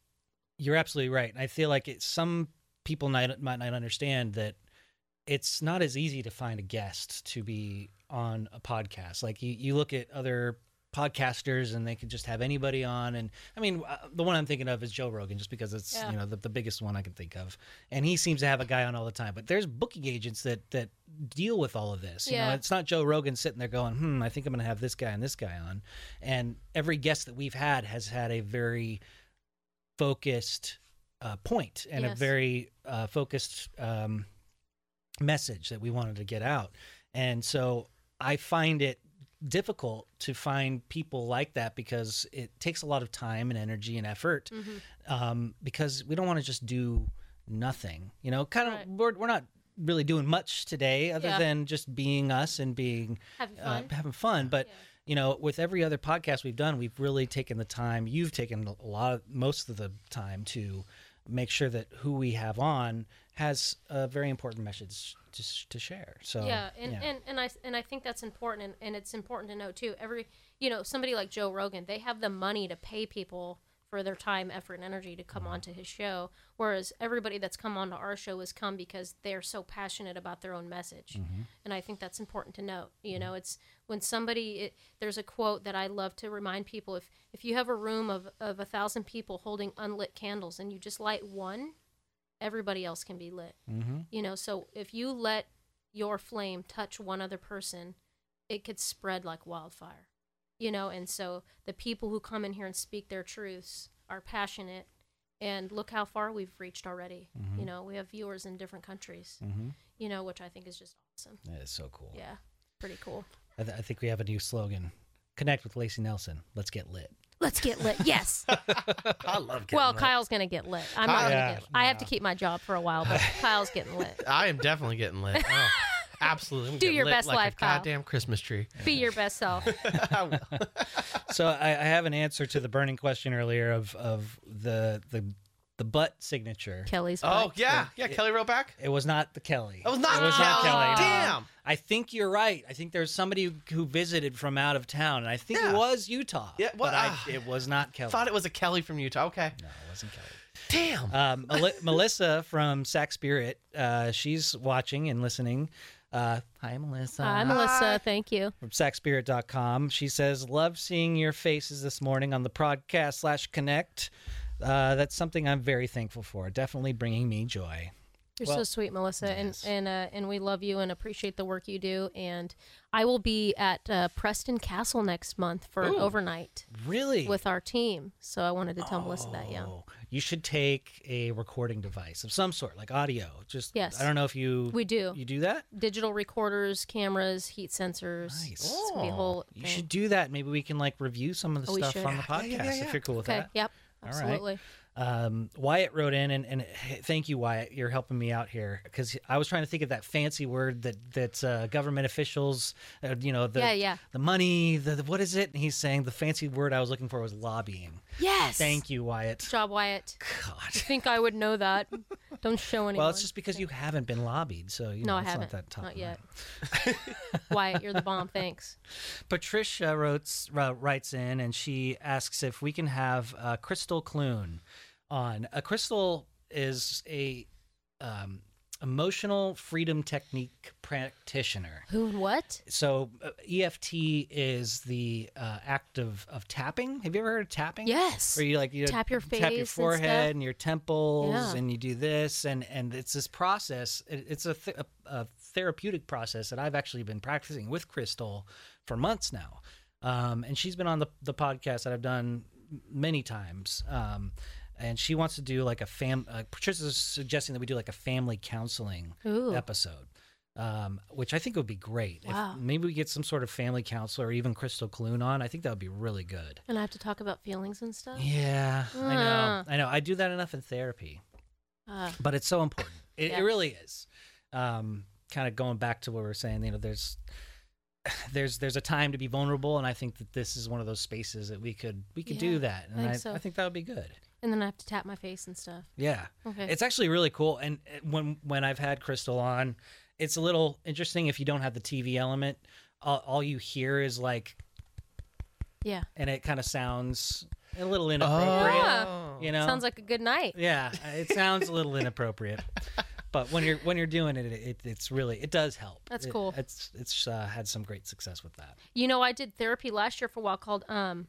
you're absolutely right. And I feel like it, some people might, might not understand that it's not as easy to find a guest to be on a podcast. Like you, you look at other podcasters and they could just have anybody on. And I mean, uh, the one I'm thinking of is Joe Rogan, just because it's, Yeah. you know, the, the biggest one I can think of. And he seems to have a guy on all the time, but there's booking agents that, that deal with all of this. You know, Yeah. it's not Joe Rogan sitting there going, hmm, I think I'm going to have this guy and this guy on. And every guest that we've had has had a very focused uh, point and a Yes. very uh, focused um, message that we wanted to get out. And so I find it difficult to find people like that because it takes a lot of time and energy and effort Mm-hmm. um, because we don't want to just do nothing. You know, kind of, Right. we're, we're not really doing much today other Yeah. than just being us and being Having uh, fun. having fun. But Yeah. you know, with every other podcast we've done, we've really taken the time. You've taken a lot, of, most of the time to make sure that who we have on has a very important message to, s- to share. So yeah, and, and and I and I think that's important, and, and it's important to know too. Every you know somebody like Joe Rogan, they have the money to pay people for their time, effort, and energy to Mm-hmm. come onto his show. Whereas everybody that's come onto our show has come because they're so passionate about their own message, Mm-hmm. and I think that's important to note. You know, it's when somebody it, there's a quote that I love to remind people: if if you have a room of of a thousand people holding unlit candles and you just light one, everybody else can be lit. Mm-hmm. You know, so if you let your flame touch one other person, it could spread like wildfire. You know, and so the people who come in here and speak their truths are passionate and look how far we've reached already. Mm-hmm. You know, we have viewers in different countries, Mm-hmm. you know, which I think is just awesome. That is so cool. Yeah. Pretty cool. I, th- I think we have a new slogan. Connect with Lacey Nelson. Let's get lit. Let's get lit. Yes. I love getting well, lit. Kyle's gonna get lit. I'm Yeah. not gonna get lit. I have to keep my job for a while, but Kyle's getting lit. I am definitely getting lit. Oh, absolutely. I'm Do getting your lit best like life, a Kyle. goddamn Christmas tree. Be your best self. so I, I have an answer to the burning question earlier of of the the the butt signature. Kelly's oh, butt. yeah. Yeah, Kelly Roback. It was not the Kelly. That was not, It was Kelly. not Kelly. no. Damn. I think you're right. I think there's somebody who, who visited from out of town, and I think Yeah. it was Utah. Yeah, well, but I, ah. it was not Kelly. Thought it was a Kelly from Utah. Okay. no, it wasn't Kelly. Damn. Uh, Um, Mel- Melissa from Sac Spirit, uh, she's watching and listening. Uh, hi, Melissa. Hi, Melissa. Thank you. from sackspirit.com. She says, Love seeing your faces this morning on the podcast slash connect. Uh, that's something I'm very thankful for. Definitely bringing me joy. You're so Well- sweet, Melissa, Yes. and and uh, and we love you and appreciate the work you do. And I will be at uh, Preston Castle next month for an overnight Really? with our team. So I wanted to tell Melissa that. Yeah, Oh, you should take a recording device of some sort, like audio. Just Yes. I don't know if you we do you do that. digital recorders, cameras, heat sensors. Nice. Oh, It's gonna be a whole You thing. should do that. Maybe we can like review some of the Oh, we stuff should. on the Yeah, podcast yeah, yeah, yeah. if you're cool with okay. that. Yep. All right. Absolutely. Um, Wyatt wrote in, and, and hey, thank you, Wyatt. You're helping me out here because I was trying to think of that fancy word that that uh, government officials, uh, you know, the Yeah, yeah. the money, the, the what is it? And he's saying the fancy word I was looking for was lobbying. Yes. Thank you, Wyatt. Good job, Wyatt. God. Think I would know that? Don't show anyone. Well, it's just because you haven't been lobbied, so you no, know, I it's haven't. Not that top not of yet. mind. Wyatt, you're the bomb. Thanks. Patricia wrote, writes in and she asks if we can have uh, Crystal Clune on. A crystal is a um, emotional freedom technique practitioner. Who and what? So uh, EFT is the uh, act of, of tapping. Have you ever heard of tapping? Yes. Where you like you Tap your tap face your and stuff. forehead and, your temples, Yeah. and you do this, and and it's this process. It, it's a, th- a, a therapeutic process that I've actually been practicing with Crystal for months now, um, and she's been on the the podcast that I've done m- many times. Um, and she wants to do like a fam. Uh, Patricia's suggesting that we do like a family counseling Ooh. episode, um, which I think would be great. If Wow. maybe we get some sort of family counselor or even Crystal Clune on. I think that would be really good. And I have to talk about feelings and stuff. Yeah, I know. Ah. I know. I do that enough in therapy, Uh, but it's so important. It, Yeah. it really is. Um, kind of going back to what we were saying, you know, there's there's there's a time to be vulnerable, and I think that this is one of those spaces that we could we could Yeah, do that, and I I, think so. I think that would be good. and then I have to tap my face and stuff. Yeah. Okay. It's actually really cool. And uh, when when I've had Crystal on, it's a little interesting if you don't have the TV element. All, all you hear is like, yeah. and it kind of sounds a little Oh. inappropriate. Yeah. You know, Oh. Sounds like a good night. yeah, uh, it sounds a little inappropriate, but when you're when you're doing it, it it's really it does help. That's It- cool. It's it's uh, had some great success with that. You know, I did therapy last year for a while called um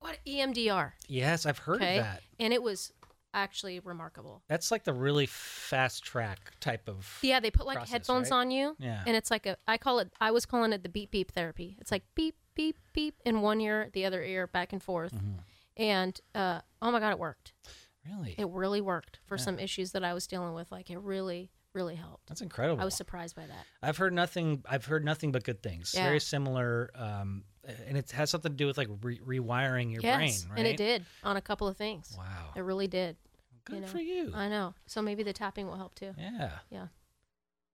what E EMDR. Yes, I've heard Okay. of that. And it was actually remarkable. That's like the really fast track type of. Yeah, they put like Process, headphones right? on you. Yeah. And it's like a I call it I was calling it the beep beep therapy. It's like beep beep beep in one ear, the other ear, back and forth. Mm-hmm. And uh, oh my god, it worked. Really, It really worked for some issues that I was dealing with. Like it really, really helped. that's incredible. I was surprised by that. I've heard nothing. I've heard nothing but good things. Yeah. Very similar, um, and it has something to do with like re- rewiring your yes, brain, right? and it did on a couple of things. Wow, It really did. good know, for you. I know. So maybe the tapping will help too. yeah. Yeah.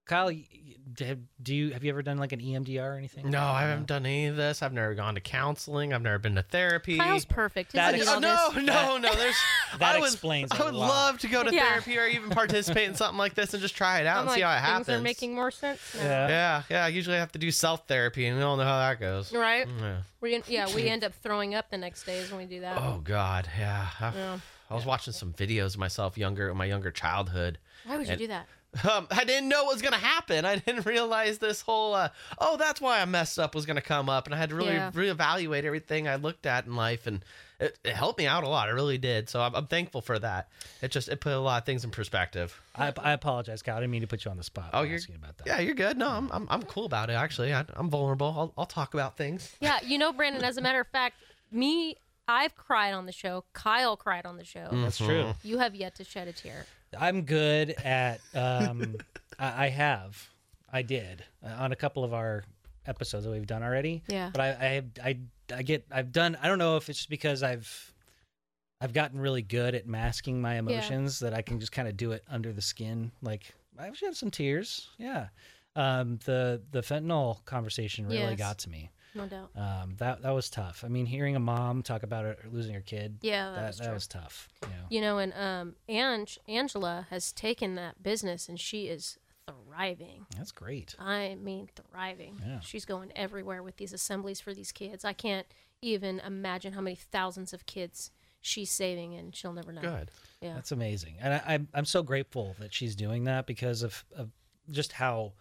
Kyle, y- y- d- do you have you ever done like an E EMDR or anything? No, I haven't done any of this. I've never gone to counseling. I've never been to therapy. Kyle's perfect. He That doesn't is- need Oh all no, this. no, no! There's That I would, explains I a would lot. love to go to Yeah. therapy or even participate in something like this and just try it out I'm and like, see how it things happens. are making more sense. now. Yeah. yeah, yeah. I usually have to do self therapy, and we all know how that goes. Right? Yeah. Mm. We yeah, we end up throwing up the next day is when we do that. Oh God, yeah. I, Yeah. I was watching some videos of myself younger, my younger childhood. Why would you and- do that? Um, I didn't know what was gonna happen. I didn't realize this whole uh, oh, that's why I messed up was gonna come up, and I had to really Yeah. reevaluate everything I looked at in life, and it, it helped me out a lot. It really did. So I'm, I'm thankful for that. It just it put a lot of things in perspective. I, I apologize, Kyle. I didn't mean to put you on the spot. Oh, by you're- asking about that. Yeah, you're good. No, I'm I'm, I'm cool about it. Actually, I, I'm vulnerable. I'll, I'll talk about things. Yeah, you know, Brandon, as a matter of fact, me I've cried on the show. Kyle cried on the show. that's true. You have yet to shed a tear. I'm good at. Um, I, I have, I did uh, on a couple of our episodes that we've done already. Yeah. But I, I, I, I get. I've done. I don't know if it's just because I've, I've gotten really good at masking my emotions that I can just kind of do it under the skin. Like I've shed some tears. Yeah. Um, the the fentanyl conversation really Yes. got to me. No doubt. Um, that that was tough. I mean, hearing a mom talk about her, losing her kid. Yeah, that, that, was that true. was tough. You know. you know, and um Ange Angela has taken that business and she is thriving. That's great. I mean thriving. Yeah. She's going everywhere with these assemblies for these kids. I can't even imagine how many thousands of kids she's saving and she'll never know. Good. Yeah. That's amazing, and I, I'm I'm so grateful that she's doing that because of, of just how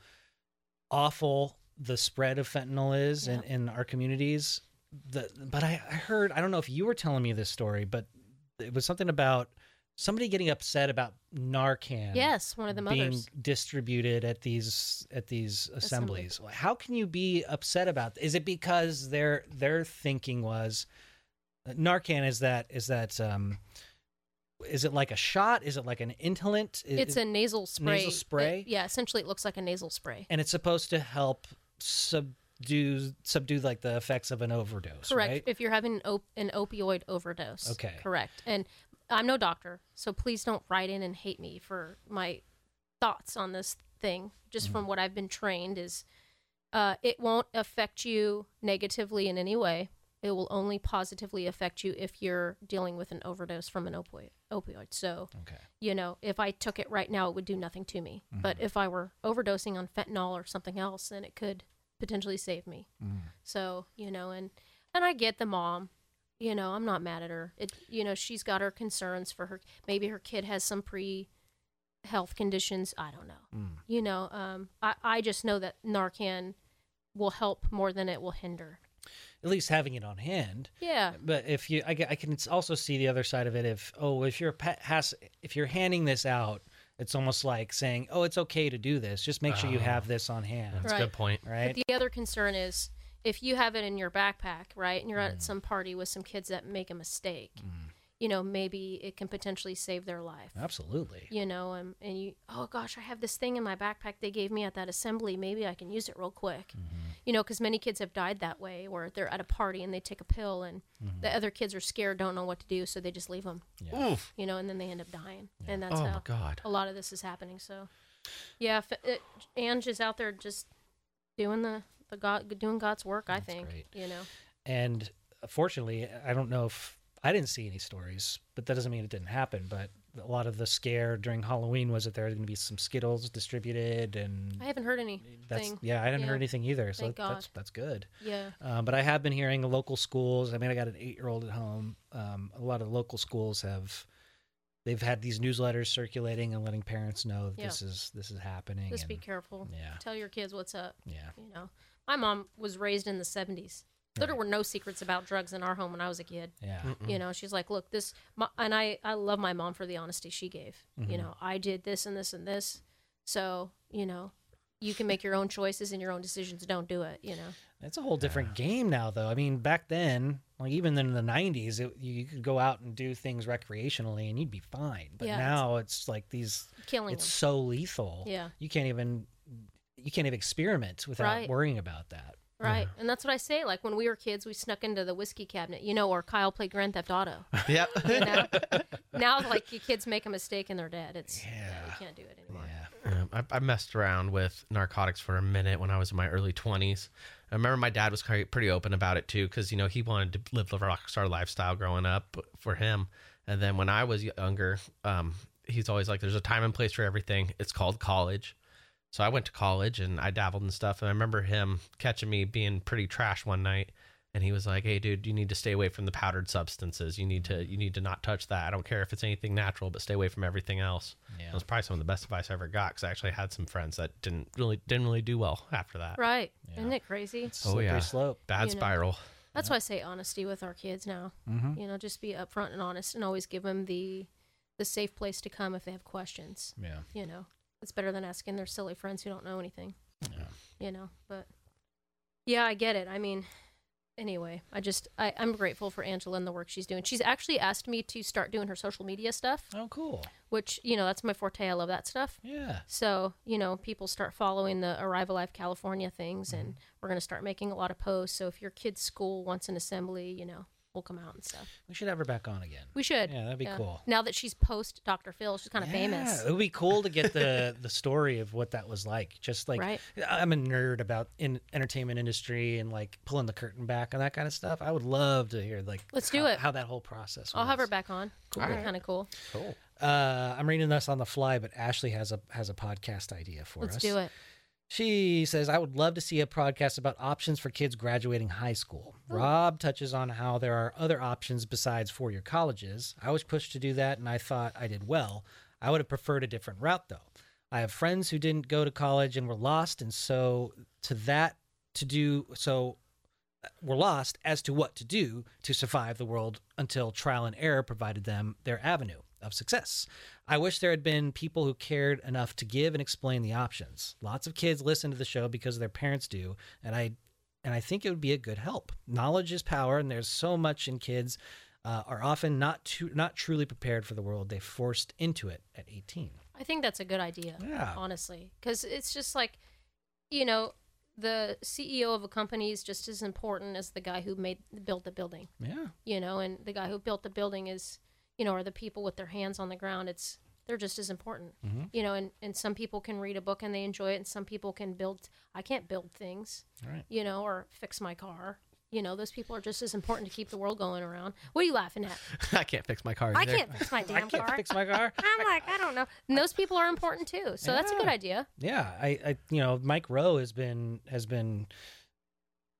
awful the spread of fentanyl is in, in our communities. The, but I, I heard I don't know if you were telling me this story, but it was something about somebody getting upset about Narcan. Yes, one of the mothers. being distributed at these at these assemblies. How can you be upset about? Is it because their their thinking was uh, Narcan is that is that um is it like a shot? Is it like an inhalant? Is- it's a nasal spray. nasal spray? It- yeah, essentially it looks like a nasal spray. and it's supposed to help subdue subdue like the effects of an overdose, Correct. right? If you're having an, op- an opioid overdose. Okay. Correct. And I'm no doctor, so please don't write in and hate me for my thoughts on this thing. Just Mm. from what I've been trained is, uh, it won't affect you negatively in any way. It will only positively affect you if you're dealing with an overdose from an opioid. Opioid. So. Okay. you know, if I took it right now, it would do nothing to me. But if I were overdosing on fentanyl or something else, then it could potentially save me. So, you know, and and I get the mom. You know, I'm not mad at her. It, you know, she's got her concerns for her. Maybe her kid has some pre health conditions. I don't know. You know, um, I, I just know that Narcan will help more than it will hinder. At least having it on hand. Yeah. But if you, I, ca- I can also see the other side of it. If oh, if you're pa- has, if you're handing this out, it's almost like saying, oh, it's okay to do this. Just make sure you Oh. have this on hand, That's a Right. good point. right? But the other concern is if you have it in your backpack, right, and you're out at some party with some kids that make a mistake, you know, maybe it can potentially save their life. Absolutely. You know, and, and you, oh gosh, I have this thing in my backpack they gave me at that assembly. Maybe I can use it real quick. You know, because many kids have died that way, where they're at a party and they take a pill, and the other kids are scared, don't know what to do, so they just leave them. Oof. You know, and then they end up dying, and that's oh how my God. a lot of this is happening. So, yeah, f- it, Ange is out there just doing the, the God, doing God's work. I think great. you know. And uh, fortunately, I don't know if I didn't see any stories, but that doesn't mean it didn't happen. But a lot of the scare during Halloween was that there were going to be some Skittles distributed, and I haven't heard any. that's thing. yeah, I didn't hear Yeah. anything either. So Thank that- that's God. that's good. Yeah, Um, but I have been hearing local schools. I mean, I got an eight-year-old at home. Um, a lot of local schools have they've had these newsletters circulating and letting parents know that Yeah. this is this is happening. just be and- careful. Yeah. Tell your kids what's up. yeah, You know, my mom was raised in the '70s. So There Right. Mm-hmm. were no secrets about drugs in our home when I was a kid. yeah, Mm. You know, she's like, "Look, this," my, and I, I love my mom for the honesty she gave. Mm-hmm. You know, I did this and this and this, so you know, you can make your own choices and your own decisions. Don't do it. You know, it's a whole different game now, though. I mean, back then, like even in the '90s, it, you could go out and do things recreationally and you'd be fine. But Yeah, it's- now it's like these killing it's so lethal. Yeah. you can't even you can't even experiment without Right. worrying about that. Right. And that's what I say. Like when we were kids, we snuck into the whiskey cabinet, you know, or Kyle played Grand Theft Auto. Yep. You know? now, like, your kids make a mistake and they're dead. It's, yeah. Yeah. you can't do it anymore. Yeah. Um, I, I messed around with narcotics for a minute when I was in my early 20s. I remember my dad was quite- pretty open about it too, because you know he wanted to live the rock star lifestyle growing up for him. And then when I was younger, um, he's always like, "There's a time and place for everything. It's called college." So I went to college and I dabbled in stuff. And I remember him catching me being pretty trash one night, and he was like, "Hey, dude, you need to stay away from the powdered substances. You need to you need to not touch that. I don't care if it's anything natural, but stay away from everything else." Yeah. That was probably some of the best advice I ever got because I actually had some friends that didn't really didn't really do well after that. Right. Yeah. Isn't it crazy? It's a slippery yeah. slope. Bad You know. spiral. That's why I say honesty with our kids now. Mhm. You know, just be upfront and honest and always give them the the safe place to come if they have questions. Yeah. You know, it's better than asking their silly friends who don't know anything. Yeah. You know, but yeah, I get it. I mean, anyway, I just I, I'm grateful for Angela and the work she's doing. She's actually asked me to start doing her social media stuff, Oh, cool. which you know that's my forte. I love that stuff. Yeah. So, you know, people start following the Arrive Alive California things, and we're going to start making a lot of posts. So, if your kid's school wants an assembly, you know, we'll come out and stuff. We should have her back on again. We should. Yeah, that'd be cool. Now that she's post Dr. Phil, she's kind of famous. It would be cool to get the the story of what that was like. Just like Right. I'm a nerd about in entertainment industry and like pulling the curtain back on that kind of stuff. I would love to hear like Let's how, do it. How that whole process. I'll have her was. back on. Cool. That'd be kind of cool. Cool. Uh, I'm reading this on the fly, but Ashley has a has a podcast idea for Let's us. do it. She says, I would love to see a podcast about options for kids graduating high school. Rob touches on how there are other options besides four year colleges. I was pushed to do that and I thought I did well. I would have preferred a different route though. I have friends who didn't go to college and were lost. And so, to that, to do so, uh, were lost as to what to do to survive the world until trial and error provided them their avenue of success. I wish there had been people who cared enough to give and explain the options. Lots of kids listen to the show because their parents do, and I and I think it would be a good help. Knowledge is power, and there's so much in kids uh, are often not too, not truly prepared for the world they forced into it at 18. I think that's a good idea, Yeah. honestly, because it's just like, you know, the CEO of a company is just as important as the guy who made built the building. Yeah, you know and the guy who built the building is you know or the people with their hands on the ground it's they're just as important Mm-hmm. you know and, and some people can read a book and they enjoy it and some people can build i can't build things Right. you know or fix my car you know those people are just as important to keep the world going around what are you laughing at I can't fix my car. i either. can't fix my I damn can't car fix my car. i'm like i don't know and those people are important too so that's a good Yeah. idea Yeah, I, I you know Mike Rowe has been has been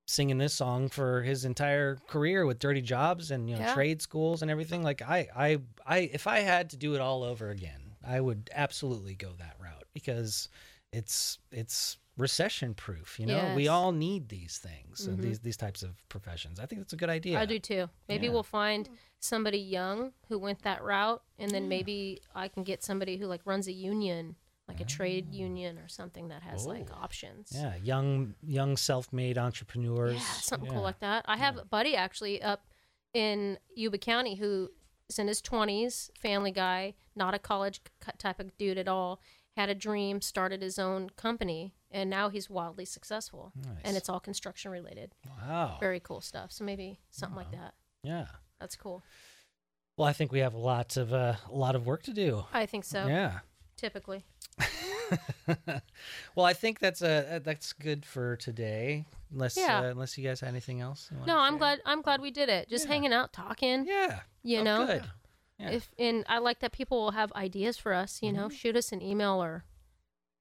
singing this song for his entire career with dirty jobs and you know Yeah. trade schools and everything. Like I I I if I had to do it all over again, I would absolutely go that route because it's it's recession proof. You know, we Yes. all need these things and Mhm. these these types of professions. I think that's a good idea. I do too. Maybe Yeah. we'll find somebody young who went that route, and then maybe I can get somebody who like runs a union, like a trade union or something that has like options. Yeah, young young self made entrepreneurs. Yeah, something Yeah. cool like that. I have a buddy actually up in Yuba County who is in his 20s, family guy, not a college c- type of dude at all, had a dream, started his own company, and now he's wildly successful. Nice. And it's all construction related. Wow. Very cool stuff. So maybe something like that. Yeah. That's cool. Well, I think we have lots of uh, a lot of work to do. I think so. Yeah. Typically. well, I think that's uh that's good for today. Unless Yeah. uh, unless you guys had anything else. you wanna No, I'm share? glad. I'm glad we did it. Just Yeah. hanging out, talking. Yeah. You Oh, know, Good. Yeah. Mm-hmm. if and I like that people will have ideas for us. You know, shoot us an email or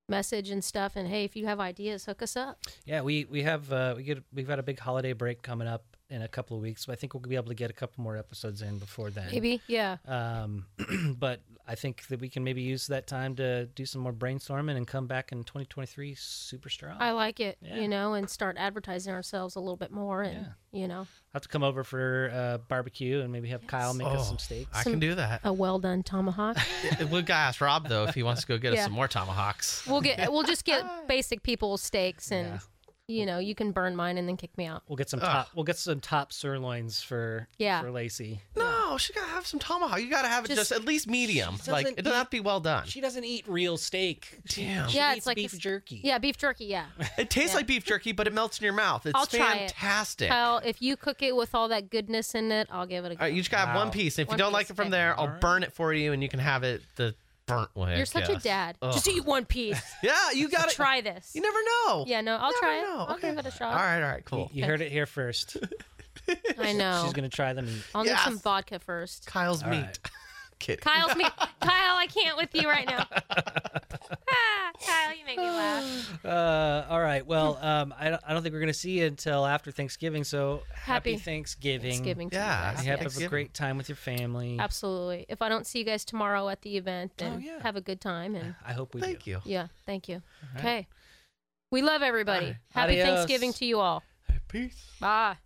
message and stuff. And hey, if you have ideas, hook us up. Yeah. We we have uh, we get we've had a big holiday break coming up in a couple of weeks. But I think we'll be able to get a couple more episodes in before then. Maybe, yeah, Um, but I think that we can maybe use that time to do some more brainstorming and come back in 2023 super strong. I like it. Yeah. You know, and start advertising ourselves a little bit more. And you know, I'll have to come over for uh, barbecue and maybe have Kyle make us Oh, some steaks. I can do that. a well done tomahawk. we gotta ask Rob though if he wants to go get Yeah. us some more tomahawks. we'll get. We'll just get basic people steaks, and Yeah. you know, you can burn mine and then kick me out. We'll get some Ugh. top. We'll get some top sirloins for Yeah. for Lacey. No, she gotta have some tomahawk. You gotta have it Just- just at least medium. She Like doesn't it doesn't eat- have to be well done. She doesn't eat real steak. She- Damn. she Yeah, eats it's like beef this- jerky. Yeah, beef jerky. Yeah. It tastes like beef jerky, but it melts in your mouth. It's I'll try it. fantastic. Kyle, if you cook it with all that goodness in it, I'll give it a go. All right, you just gotta have Wow. one piece. If One you don't like piece, it from okay. there, I'll All right. burn it for you, and you can have it the burnt one. I You're such a guess. dad. Ugh. Just eat one piece. Yeah, you got it. Try this. You never know. yeah, no, I'll Never try it. know. I'll Okay. give it a shot. All right, all right, cool. You heard it here first. I know. She's gonna try the meat. I'll Yes. need some vodka first. Kyle's All meat. right. Kidding. Kyle's me. Kyle, I can't with you right now. Ah, Kyle, you make me laugh. Uh, all right. Well, um, I, don't, I don't think we're gonna see you until after Thanksgiving. So happy, Happy Thanksgiving. Thanksgiving. to you Yeah, guys. And have Yes. a great time with your family. Absolutely. If I don't see you guys tomorrow at the event, then Oh, yeah. have a good time. And I hope we do. Thank you. yeah, thank you. right. Okay. We love everybody. All right. Happy Adios. Thanksgiving to you all. Peace. Bye.